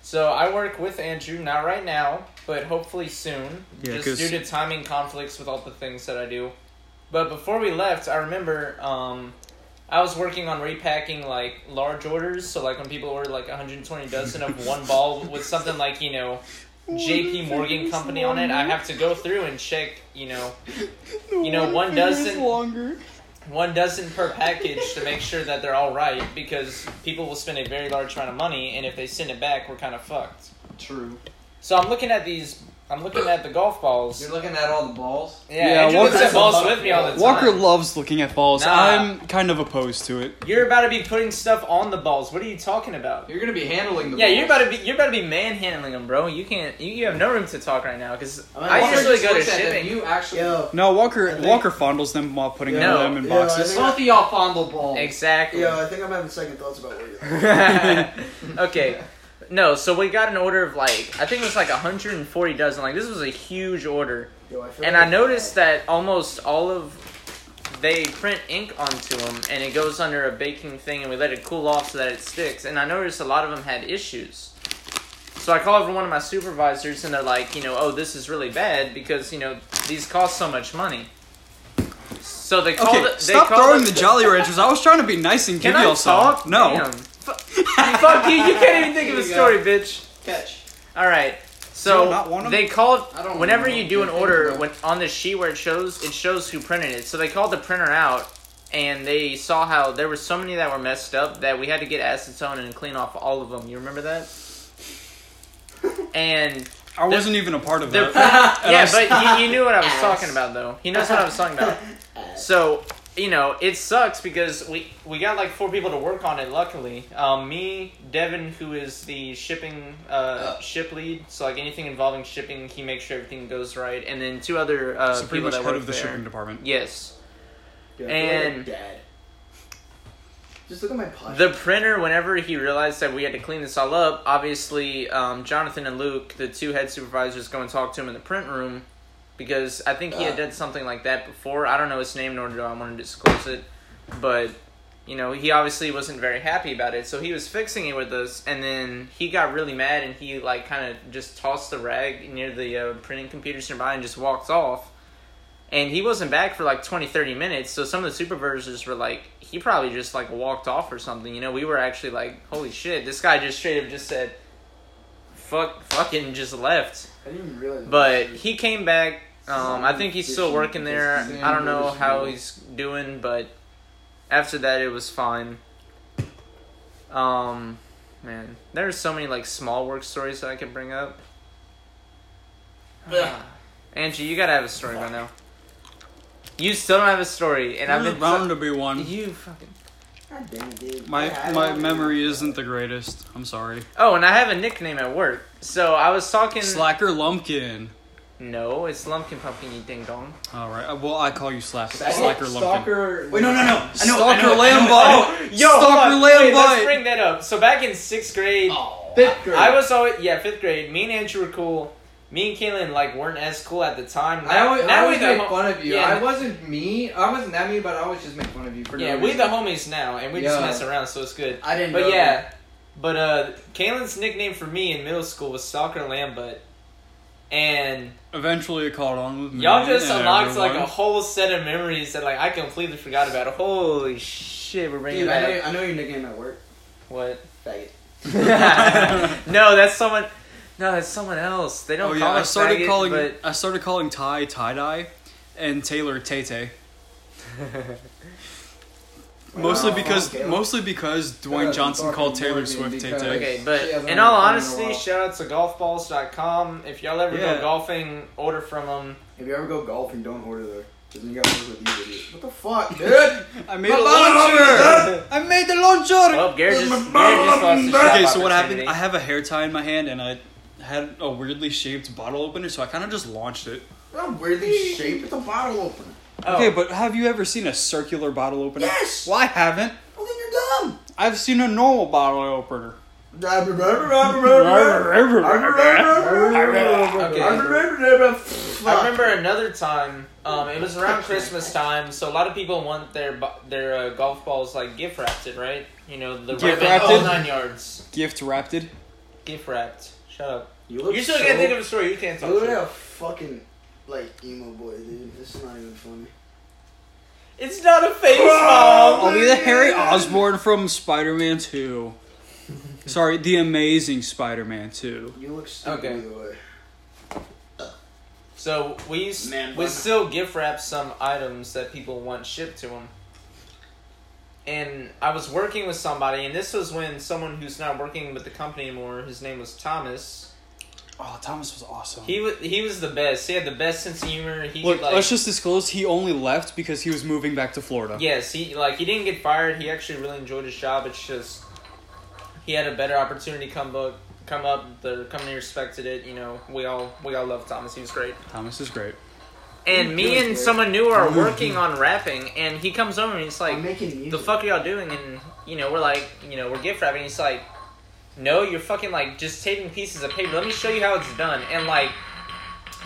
[SPEAKER 4] So I work with Andrew, not right now, but hopefully soon.
[SPEAKER 3] Yeah,
[SPEAKER 4] just
[SPEAKER 3] 'cause-
[SPEAKER 4] due to timing conflicts with all the things that I do. But before we left, I remember um, I was working on repacking like large orders. So like when people order like 120 dozen of one ball with something like you know. JP Morgan company on it. I have to go through and check, you know, you know, one dozen
[SPEAKER 3] longer.
[SPEAKER 4] one dozen per package to make sure that they're all right because people will spend a very large amount of money and if they send it back we're kind of fucked
[SPEAKER 2] True.
[SPEAKER 4] so i'm looking at these i'm looking at the golf balls
[SPEAKER 2] You're looking at all the balls.
[SPEAKER 4] yeah,
[SPEAKER 3] Yeah,
[SPEAKER 4] Andrew looks
[SPEAKER 3] Walker's
[SPEAKER 4] at balls
[SPEAKER 2] a-
[SPEAKER 4] with me all the time
[SPEAKER 3] Walker loves looking at balls.
[SPEAKER 4] Nah.
[SPEAKER 3] I'm kind of opposed to it.
[SPEAKER 4] you're about to be putting stuff on the balls what are you talking about
[SPEAKER 2] You're gonna be handling the.
[SPEAKER 4] yeah,
[SPEAKER 2] balls.
[SPEAKER 4] you're about to be you're about to be manhandling them, bro. You can't you, you have no room to talk right now because
[SPEAKER 1] I mean,
[SPEAKER 4] I
[SPEAKER 2] Walker
[SPEAKER 4] usually
[SPEAKER 2] just
[SPEAKER 4] go to
[SPEAKER 2] looks at them.
[SPEAKER 4] shipping.
[SPEAKER 2] You actually.
[SPEAKER 1] Yo,
[SPEAKER 3] No, Walker
[SPEAKER 1] I think-
[SPEAKER 3] Walker fondles them while putting
[SPEAKER 4] No.
[SPEAKER 3] them in
[SPEAKER 6] Yeah,
[SPEAKER 3] boxes.
[SPEAKER 6] I think-
[SPEAKER 2] Both of y'all fondle balls.
[SPEAKER 4] Exactly.
[SPEAKER 6] Yeah, I think I'm having second thoughts about where you're.
[SPEAKER 4] okay. No, so we got an order of like I think it was like 140 dozen. Like this was a huge order,
[SPEAKER 6] Yo, I feel
[SPEAKER 4] and
[SPEAKER 6] like
[SPEAKER 4] I noticed that almost all of they print ink onto them, and it goes under a baking thing, and we let it cool off so that it sticks. And I noticed a lot of them had issues. So I call over one of my supervisors, and they're like, you know, oh, this is really bad because you know these cost so much money. So they called.
[SPEAKER 3] Okay,
[SPEAKER 4] it- they
[SPEAKER 3] stop
[SPEAKER 4] called
[SPEAKER 3] throwing
[SPEAKER 4] it-
[SPEAKER 3] the Jolly Ranchers. I was trying to be nice and give
[SPEAKER 4] Can I
[SPEAKER 3] y'all some.
[SPEAKER 4] talk?
[SPEAKER 3] No.
[SPEAKER 4] Damn. Fuck you! You can't even think of a
[SPEAKER 2] Here you
[SPEAKER 4] story, bitch.
[SPEAKER 2] Catch.
[SPEAKER 4] All
[SPEAKER 3] Do
[SPEAKER 4] right.
[SPEAKER 3] you not
[SPEAKER 4] So
[SPEAKER 3] want 'em?
[SPEAKER 4] they called
[SPEAKER 5] I don't
[SPEAKER 4] whenever
[SPEAKER 5] know.
[SPEAKER 4] you do an
[SPEAKER 5] Can't think
[SPEAKER 4] order
[SPEAKER 5] about it.
[SPEAKER 4] when on the sheet where it shows it shows who printed it. So they called the printer out and they saw how there were so many that were messed up that we had to get acetone and clean off all of them. You remember that? And
[SPEAKER 3] I wasn't even a part of
[SPEAKER 4] they're
[SPEAKER 3] that.
[SPEAKER 4] pretty, yeah,
[SPEAKER 3] was-
[SPEAKER 4] but you, you knew what I was talking about though. He knows what I was talking about. So you know it sucks because we we got like four people to work on it. Luckily, um, me, Devin, who is the shipping uh, ship lead, so like anything involving shipping, he makes sure everything goes right, and then two other uh,
[SPEAKER 3] so pretty much
[SPEAKER 4] people that
[SPEAKER 3] head
[SPEAKER 4] work
[SPEAKER 3] of the
[SPEAKER 4] there.
[SPEAKER 3] shipping department.
[SPEAKER 4] Yes.
[SPEAKER 7] Yeah,
[SPEAKER 4] And-
[SPEAKER 7] like dad. Just look at my posture.
[SPEAKER 4] The printer, whenever he realized that we had to clean this all up, obviously um, Jonathan and Luke, the two head supervisors, go and talk to him in the print room because I think he had done something like that before. I don't know his name, nor do I want to disclose it, but you know he obviously wasn't very happy about it, so he was fixing it with us, and then he got really mad and he like kind of just tossed the rag near the uh, printing computers nearby and just walked off. And he wasn't back for like 20, 30 minutes. So some of the supervisors were like, he probably just like walked off or something. You know, we were actually like, holy shit, this guy just straight up just said, fuck, fucking just left.
[SPEAKER 7] I didn't even realize.
[SPEAKER 4] But he came back. Um, I think he's still working there. I don't know how he's doing, but after that, it was fine. Um, man, there's so many like small work stories that I could bring up.
[SPEAKER 5] Ugh.
[SPEAKER 4] Angie, you gotta have a story by now. You still don't have a story, and I've
[SPEAKER 3] There's
[SPEAKER 4] been
[SPEAKER 3] bound to be one.
[SPEAKER 4] you fucking.
[SPEAKER 7] God damn it, dude. Yeah,
[SPEAKER 3] My
[SPEAKER 7] I
[SPEAKER 3] my
[SPEAKER 7] don't-
[SPEAKER 3] memory isn't the greatest. I'm sorry.
[SPEAKER 4] Oh, and I have a nickname at work. So I was talking.
[SPEAKER 3] Slacker Lumpkin.
[SPEAKER 4] no, it's Lumpkin Pumpkin, you ding dong.
[SPEAKER 3] All right. uh, Well, I call you slap, Slacker
[SPEAKER 2] Stalker.
[SPEAKER 3] Lumpkin.
[SPEAKER 2] Stalker.
[SPEAKER 1] Wait, no, no, no. I know, I
[SPEAKER 3] Stalker
[SPEAKER 1] know, I know,
[SPEAKER 3] Lambo.
[SPEAKER 4] Yo, hold
[SPEAKER 3] Stalker
[SPEAKER 4] on. Wait, let's
[SPEAKER 3] Lambo.
[SPEAKER 4] bring that up. So back in sixth
[SPEAKER 1] Oh.
[SPEAKER 4] grade,
[SPEAKER 2] Oh, Fifth grade.
[SPEAKER 4] I was always yeah fifth grade. Me and Andrew were cool. Me and Kaylin like weren't as cool at the time.
[SPEAKER 2] I always, I always
[SPEAKER 4] we the
[SPEAKER 2] make
[SPEAKER 4] hom-
[SPEAKER 2] fun of you.
[SPEAKER 4] Yeah,
[SPEAKER 2] I wasn't mean. I wasn't that mean, but I always just make fun of you for
[SPEAKER 4] yeah,
[SPEAKER 2] no
[SPEAKER 4] we
[SPEAKER 2] reason.
[SPEAKER 4] the homies now, and we just
[SPEAKER 2] Yeah.
[SPEAKER 4] mess around, so it's good.
[SPEAKER 1] I didn't.
[SPEAKER 4] But
[SPEAKER 1] know that.
[SPEAKER 4] yeah, but uh, Kaylin's nickname for me in middle school was Soccer Lambutt, and
[SPEAKER 3] Eventually, it caught on with me.
[SPEAKER 4] y'all just
[SPEAKER 3] and
[SPEAKER 4] unlocked like a
[SPEAKER 3] everyone.
[SPEAKER 4] whole set of memories that like I completely forgot about. Holy shit, we're bringing
[SPEAKER 1] Dude, I
[SPEAKER 4] that
[SPEAKER 1] know,
[SPEAKER 4] up.
[SPEAKER 1] I know your nickname at work.
[SPEAKER 4] What?
[SPEAKER 1] Faggot.
[SPEAKER 4] no, that's someone. No, that's someone else. They don't
[SPEAKER 3] Oh
[SPEAKER 4] call
[SPEAKER 3] yeah,
[SPEAKER 4] us
[SPEAKER 3] I started
[SPEAKER 4] faggot,
[SPEAKER 3] calling
[SPEAKER 4] but-
[SPEAKER 3] I started calling Ty tie dye, and Taylor Tay Tay. Mostly
[SPEAKER 7] Wow.
[SPEAKER 3] because
[SPEAKER 7] Okay.
[SPEAKER 3] mostly because
[SPEAKER 2] Yeah,
[SPEAKER 3] Dwayne Johnson
[SPEAKER 2] fucking
[SPEAKER 3] called Taylor
[SPEAKER 2] Morgan
[SPEAKER 3] Swift Tay
[SPEAKER 2] because-
[SPEAKER 3] Tay.
[SPEAKER 4] Okay, but
[SPEAKER 2] She hasn't
[SPEAKER 4] in
[SPEAKER 2] had
[SPEAKER 4] all
[SPEAKER 2] fun in a while.
[SPEAKER 4] honesty, shout out to golfballs.com. If y'all ever
[SPEAKER 3] Yeah.
[SPEAKER 4] go golfing, order from them.
[SPEAKER 7] If you ever go golfing, don't order there. Cause then you gotta work with you, idiot. What the fuck, dude?
[SPEAKER 3] I made a launcher. I made the launcher.
[SPEAKER 4] Oh, Garrett just, Garrett just lost his shop
[SPEAKER 3] Okay, so what happened?
[SPEAKER 4] opportunity.
[SPEAKER 3] I have a hair tie in my hand, and I had a weirdly shaped bottle opener, so I kind of just launched it.
[SPEAKER 7] What a weirdly shaped. It's a bottle opener.
[SPEAKER 4] Oh.
[SPEAKER 3] Okay, but have you ever seen a circular bottle opener?
[SPEAKER 7] Yes.
[SPEAKER 3] Well, I haven't.
[SPEAKER 7] Well, then you're dumb.
[SPEAKER 3] I've seen a normal bottle opener.
[SPEAKER 4] I remember another time. Um, it was around Christmas time, so a lot of people want their bo- their uh, golf balls like gift wrapped, it right? You know, the
[SPEAKER 3] Gift
[SPEAKER 4] ribbon,
[SPEAKER 3] wrapped
[SPEAKER 4] all
[SPEAKER 3] it?
[SPEAKER 4] nine yards,
[SPEAKER 3] Gift wrapped it.
[SPEAKER 4] gift wrapped. Shut up.
[SPEAKER 7] You
[SPEAKER 4] You still can't think of a story. You can't talk.
[SPEAKER 7] Look
[SPEAKER 4] shit.
[SPEAKER 7] at a fucking like emo boy, dude. This is not even funny.
[SPEAKER 4] It's not a face, mom.
[SPEAKER 3] I'll be the Harry Osborn from Spider-Man 2. Sorry, the Amazing Spider-Man 2.
[SPEAKER 7] You look stupid
[SPEAKER 4] Okay.
[SPEAKER 7] either way.
[SPEAKER 4] So we s-
[SPEAKER 1] Man
[SPEAKER 4] we
[SPEAKER 1] bun.
[SPEAKER 4] still gift wrap some items that people want shipped to them. And I was working with somebody, and this was when someone who's not working with the company anymore. His name was Thomas.
[SPEAKER 3] Oh, Thomas was awesome.
[SPEAKER 4] He was he was the best. He had the best sense of humor. He
[SPEAKER 3] Look,
[SPEAKER 4] like
[SPEAKER 3] let's just disclose he only left because he was moving back to Florida.
[SPEAKER 4] yes, he like he didn't get fired. He actually really enjoyed his job. It's just he had a better opportunity come up. Come up, the company respected it. You know, we all we all love Thomas. He was great.
[SPEAKER 3] Thomas is great.
[SPEAKER 4] And me and someone new are working on rapping, and he comes over and he's
[SPEAKER 7] I'm
[SPEAKER 4] like,
[SPEAKER 7] making music.
[SPEAKER 4] "The fuck are y'all doing?" And you know, we're like, you know, we're gift wrapping. He's like, "No, you're fucking like just taking pieces of paper. Let me show you how it's done." And like,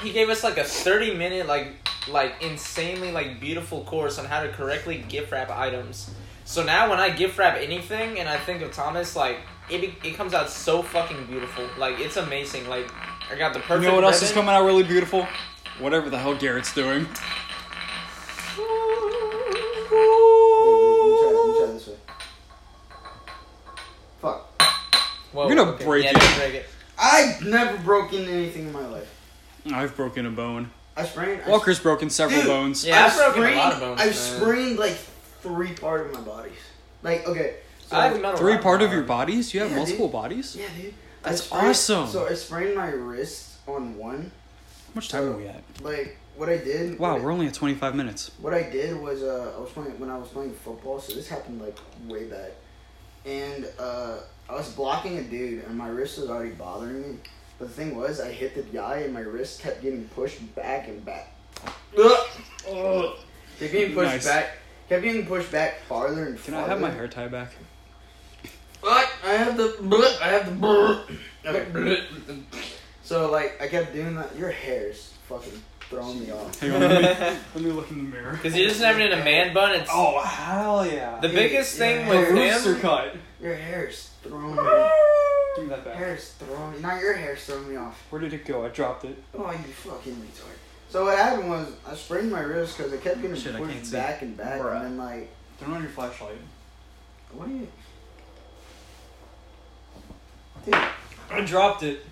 [SPEAKER 4] he gave us like a thirty minute, like, like insanely like beautiful course on how to correctly gift wrap items. So now when I gift wrap anything, and I think of Thomas, like it be- it comes out so fucking beautiful. Like it's amazing. Like I got the perfect.
[SPEAKER 3] you know what else is
[SPEAKER 4] ribbon.
[SPEAKER 3] coming out really beautiful? Whatever the hell Garrett's doing.
[SPEAKER 7] Wait, wait, let me try- let me try this way. Fuck.
[SPEAKER 4] Whoa,
[SPEAKER 3] We're gonna break
[SPEAKER 4] yeah,
[SPEAKER 3] it.
[SPEAKER 4] don't break it.
[SPEAKER 1] I've never broken anything in my life.
[SPEAKER 3] I've broken a bone.
[SPEAKER 1] I sprained. I
[SPEAKER 3] Walker's broken several
[SPEAKER 1] Dude.
[SPEAKER 3] bones.
[SPEAKER 4] Yeah, I've
[SPEAKER 1] I've
[SPEAKER 4] broken a
[SPEAKER 1] sprained,
[SPEAKER 4] lot of bones.
[SPEAKER 1] I've
[SPEAKER 4] man.
[SPEAKER 1] sprained like three part of my body. Like okay, so
[SPEAKER 4] I've met a
[SPEAKER 3] Three
[SPEAKER 4] lot
[SPEAKER 3] part of
[SPEAKER 4] them.
[SPEAKER 3] your bodies? You have
[SPEAKER 1] Yeah, dude.
[SPEAKER 3] multiple bodies?
[SPEAKER 1] yeah, dude. I
[SPEAKER 3] That's
[SPEAKER 1] sprained-
[SPEAKER 3] awesome.
[SPEAKER 1] So I sprained my wrist on one.
[SPEAKER 3] How much time are we at?
[SPEAKER 1] Like what I did.
[SPEAKER 3] Wow,
[SPEAKER 1] what I-
[SPEAKER 3] we're only at 25 minutes.
[SPEAKER 1] What I did was uh, I was playing when I was playing football, so this happened like way back, and uh, I was blocking a dude, and my wrist was already bothering me. But the thing was, I hit the guy, and my wrist kept getting pushed back and back. Ugh. Ugh. Kept getting pushed
[SPEAKER 3] Nice.
[SPEAKER 1] back. Kept getting pushed back farther and
[SPEAKER 3] Can
[SPEAKER 1] farther.
[SPEAKER 3] I have my hair tie back?
[SPEAKER 1] Fuck, I have the. I have the. Okay. So like I kept doing that. Your hair's fucking throwing me off.
[SPEAKER 3] Hang on, let me, let me look in the mirror.
[SPEAKER 4] Because he doesn't have it in a man bun. It's
[SPEAKER 3] Oh, hell yeah.
[SPEAKER 4] the biggest thing
[SPEAKER 1] yeah.
[SPEAKER 4] with
[SPEAKER 3] rooster
[SPEAKER 4] him.
[SPEAKER 3] cut.
[SPEAKER 1] Your hair's throwing me. off.
[SPEAKER 3] Give me that back.
[SPEAKER 1] Hair's throwing me. Not your hair's throwing me off.
[SPEAKER 3] Where did it go? I dropped it.
[SPEAKER 1] Oh, you fucking retard. So what happened was I sprained my wrist because I kept getting
[SPEAKER 3] Shit, I can't
[SPEAKER 1] pushed
[SPEAKER 3] see.
[SPEAKER 1] back and back,
[SPEAKER 3] Bruh.
[SPEAKER 1] and then like,
[SPEAKER 3] Turn on your flashlight.
[SPEAKER 1] what are you?
[SPEAKER 3] I dropped it.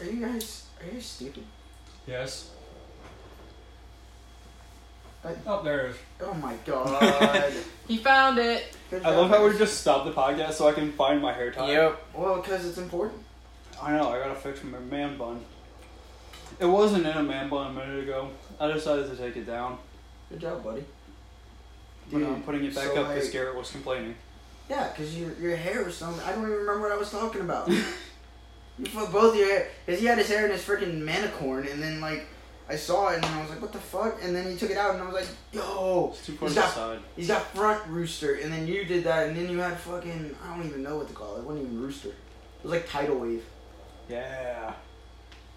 [SPEAKER 1] Are you guys? Are you guys stupid?
[SPEAKER 3] Yes.
[SPEAKER 1] I-
[SPEAKER 3] oh, there it is.
[SPEAKER 1] Oh my god.
[SPEAKER 5] He found it.
[SPEAKER 1] Good
[SPEAKER 3] I
[SPEAKER 1] job,
[SPEAKER 3] love how we
[SPEAKER 1] guys.
[SPEAKER 3] just stopped the podcast so I can find my hair tie.
[SPEAKER 4] Yep.
[SPEAKER 1] Well, because it's important.
[SPEAKER 3] I know, I gotta fix my man bun. It wasn't in a man bun a minute ago. I decided to take it down.
[SPEAKER 1] Good job, buddy.
[SPEAKER 3] But I'm putting it back
[SPEAKER 1] so,
[SPEAKER 3] up because
[SPEAKER 1] like-
[SPEAKER 3] Garrett was complaining.
[SPEAKER 1] Yeah, because your, your hair was something. I don't even remember what I was talking about. you fuck both your hair. Because he had his hair in his freaking manicorn, and then, like, I saw it, and I was like, what the fuck? And then he took it out, and I was like, yo,
[SPEAKER 3] It's too far
[SPEAKER 1] he's
[SPEAKER 3] to
[SPEAKER 1] got,
[SPEAKER 3] side.
[SPEAKER 1] he's got front rooster. And then you did that, and then you had fucking, I don't even know what to call it. It wasn't even rooster. It was like tidal wave.
[SPEAKER 3] Yeah.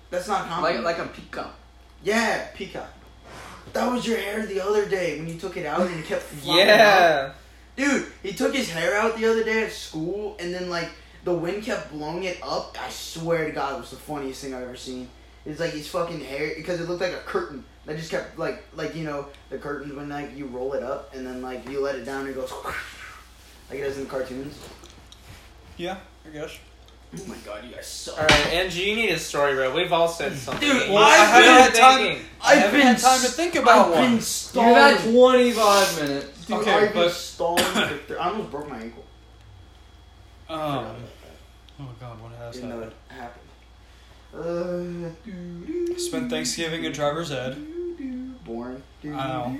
[SPEAKER 1] That's not common.
[SPEAKER 5] Like like a peacock.
[SPEAKER 1] yeah, peacock. That was your hair the other day when you took it out and it kept flying out.
[SPEAKER 4] Yeah.
[SPEAKER 1] Dude, he took his hair out the other day at school, and then like the wind kept blowing it up. I swear to God, it was the funniest thing I've ever seen. It's like his fucking hair because it looked like a curtain that just kept like like you know the curtains when like you roll it up and then like you let it down and it goes like it does in the cartoons.
[SPEAKER 3] Yeah, I guess.
[SPEAKER 1] Oh my God, you guys suck.
[SPEAKER 4] All right, Angie, you need a story, bro. We've all said something.
[SPEAKER 1] Dude,
[SPEAKER 4] You-
[SPEAKER 1] I've been-
[SPEAKER 4] I've been thinking.
[SPEAKER 3] I
[SPEAKER 1] I've
[SPEAKER 3] haven't
[SPEAKER 1] been
[SPEAKER 3] had time to
[SPEAKER 1] s-
[SPEAKER 3] think
[SPEAKER 1] I've
[SPEAKER 3] about one.
[SPEAKER 1] been
[SPEAKER 5] You've had
[SPEAKER 1] stalled.
[SPEAKER 5] twenty five minutes.
[SPEAKER 1] Dude,
[SPEAKER 3] Okay,
[SPEAKER 1] I've been
[SPEAKER 3] but-
[SPEAKER 1] stalled. for th- I almost broke my ankle.
[SPEAKER 3] Um, oh god, what has
[SPEAKER 1] Didn't know it
[SPEAKER 3] happened?
[SPEAKER 1] happened. Uh, doo-doo.
[SPEAKER 3] Spent Thanksgiving at driver's ed.
[SPEAKER 1] Born.
[SPEAKER 3] Ow.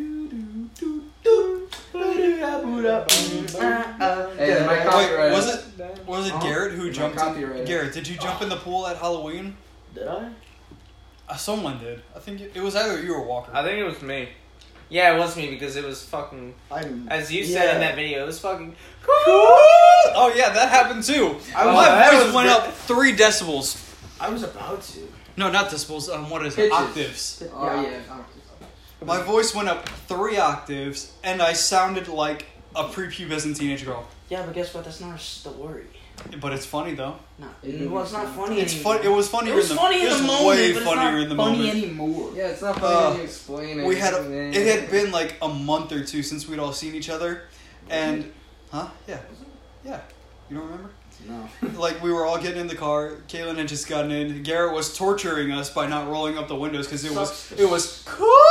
[SPEAKER 5] Hey, my
[SPEAKER 1] Hey,
[SPEAKER 5] copyright.
[SPEAKER 3] Wait, was it was it
[SPEAKER 1] Oh,
[SPEAKER 3] Garrett who
[SPEAKER 5] my
[SPEAKER 3] jumped? In,
[SPEAKER 5] copyright.
[SPEAKER 3] Garrett, did you jump in the pool at Halloween?
[SPEAKER 1] Did I?
[SPEAKER 3] Uh, someone did. I think it, it was either you or Walker.
[SPEAKER 4] I think it was me. Yeah, it was me because it was fucking.
[SPEAKER 1] I'm.
[SPEAKER 4] As you said
[SPEAKER 1] Yeah.
[SPEAKER 4] in that video, it was fucking.
[SPEAKER 3] Oh yeah, that happened too.
[SPEAKER 1] I
[SPEAKER 4] Oh,
[SPEAKER 1] was,
[SPEAKER 4] that
[SPEAKER 3] My voice
[SPEAKER 4] was
[SPEAKER 3] went
[SPEAKER 4] good.
[SPEAKER 3] up three decibels.
[SPEAKER 1] I was about to.
[SPEAKER 3] No, not decibels. Um, what is it?
[SPEAKER 5] Pitches.
[SPEAKER 3] Octaves.
[SPEAKER 5] Oh, yeah.
[SPEAKER 3] My voice went up three octaves, and I sounded like a prepubescent teenage girl.
[SPEAKER 1] Yeah, but guess what? That's not a story.
[SPEAKER 3] But it's funny though.
[SPEAKER 1] No,
[SPEAKER 5] It
[SPEAKER 1] well, it's not
[SPEAKER 5] doesn't
[SPEAKER 1] funny.
[SPEAKER 3] It's
[SPEAKER 1] anymore.
[SPEAKER 3] fun. It was funnier
[SPEAKER 1] It was
[SPEAKER 3] in the.
[SPEAKER 1] funny
[SPEAKER 3] it
[SPEAKER 1] in the
[SPEAKER 3] was
[SPEAKER 1] moment,
[SPEAKER 3] way
[SPEAKER 1] but it's
[SPEAKER 3] funnier
[SPEAKER 1] not
[SPEAKER 3] in the
[SPEAKER 1] funny
[SPEAKER 3] moment.
[SPEAKER 1] anymore.
[SPEAKER 5] Yeah, it's not
[SPEAKER 3] Uh,
[SPEAKER 5] funny when you explain it.
[SPEAKER 3] we had
[SPEAKER 5] and then-
[SPEAKER 3] it had been like a month or two since we'd all seen each other, and huh? Yeah, yeah. You don't remember?
[SPEAKER 1] No.
[SPEAKER 3] like we were all getting in the car. Kaylin had just gotten in. Garrett was torturing us by not rolling up the windows because it was
[SPEAKER 1] Sucks.
[SPEAKER 3] it was cool.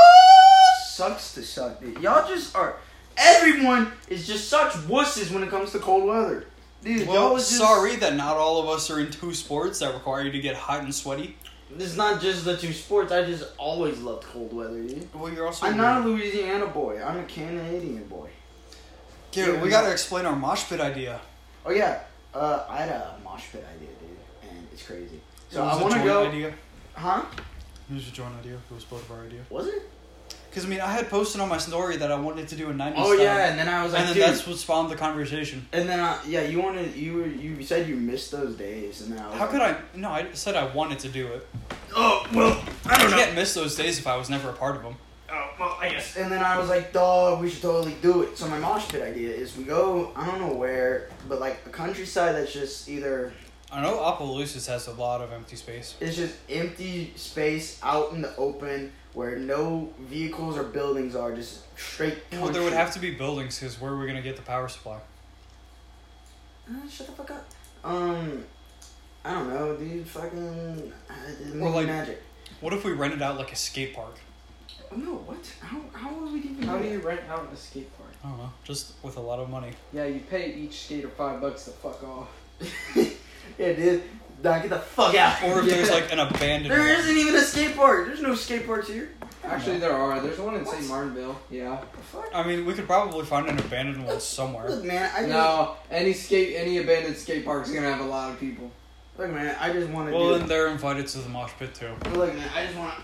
[SPEAKER 1] Sucks to suck, dude. Y'all just are. Everyone is just such wusses when it comes to cold weather. Dude, y'all
[SPEAKER 3] Well,
[SPEAKER 1] was just,
[SPEAKER 3] sorry that not all of us are into sports that require you to get hot and sweaty.
[SPEAKER 1] It's not just the two sports. I just always loved cold weather, dude.
[SPEAKER 3] Well, you're also
[SPEAKER 1] I'm not a Louisiana boy. I'm a Canadian boy.
[SPEAKER 3] Garrett. We gotta explain our mosh pit idea.
[SPEAKER 1] Oh yeah, uh, I had a mosh pit idea, dude, and it's crazy. So
[SPEAKER 3] It was
[SPEAKER 1] I
[SPEAKER 3] a
[SPEAKER 1] want to
[SPEAKER 3] joint
[SPEAKER 1] go,
[SPEAKER 3] Idea.
[SPEAKER 1] huh?
[SPEAKER 3] It was a joint idea. It was both of our idea.
[SPEAKER 1] Was it?
[SPEAKER 3] Because I mean, I had posted on my story that I wanted to do a '90s.
[SPEAKER 1] Oh
[SPEAKER 3] style.
[SPEAKER 1] yeah, and then I was like,
[SPEAKER 3] and then
[SPEAKER 1] dude.
[SPEAKER 3] that's what spawned the conversation.
[SPEAKER 1] And then I, yeah, you wanted you were you said you missed those days, and then I was
[SPEAKER 3] How
[SPEAKER 1] like,
[SPEAKER 3] could I? No, I said I wanted to do it.
[SPEAKER 1] Oh well, I
[SPEAKER 3] I
[SPEAKER 1] don't know.
[SPEAKER 3] can't miss those days if I was never a part of them.
[SPEAKER 1] Oh well, I guess. And then I was like, dog, we should totally do it. So my mosh pit idea is we go, I don't know where, but like a countryside that's just either
[SPEAKER 3] I know Opelousas has a lot of empty space.
[SPEAKER 1] It's just empty space out in the open where no vehicles or buildings are, just straight. Country.
[SPEAKER 3] Well, there would have to be buildings because where are we gonna get the power supply?
[SPEAKER 1] Uh, shut the fuck up. Um, I don't know, dude. Fucking uh,
[SPEAKER 3] Or, like-
[SPEAKER 1] magic. Oh,
[SPEAKER 3] What if we rented out like a skate park?
[SPEAKER 1] No, what? How how would we even?
[SPEAKER 2] How
[SPEAKER 1] do
[SPEAKER 2] do
[SPEAKER 1] that?
[SPEAKER 2] you rent out a skate park?
[SPEAKER 3] I don't know, just with a lot of money.
[SPEAKER 2] Yeah, you pay each skater five bucks to fuck off.
[SPEAKER 1] yeah, dude. Nah, get the fuck out.
[SPEAKER 3] Or if
[SPEAKER 1] Yeah.
[SPEAKER 3] there's like an abandoned.
[SPEAKER 1] There isn't even a skateboard. There's no skateboards here.
[SPEAKER 2] Actually, there are. There's one in St. Martinville. Yeah.
[SPEAKER 1] What the fuck?
[SPEAKER 3] I mean, we could probably find an abandoned one somewhere.
[SPEAKER 1] Look, man. I just,
[SPEAKER 2] No, any skate, any abandoned skate park is gonna have a lot of people.
[SPEAKER 1] Look, man. I just want to
[SPEAKER 3] Well,
[SPEAKER 1] do.
[SPEAKER 3] then they're invited to the mosh pit too.
[SPEAKER 1] It. Look, man. I just want.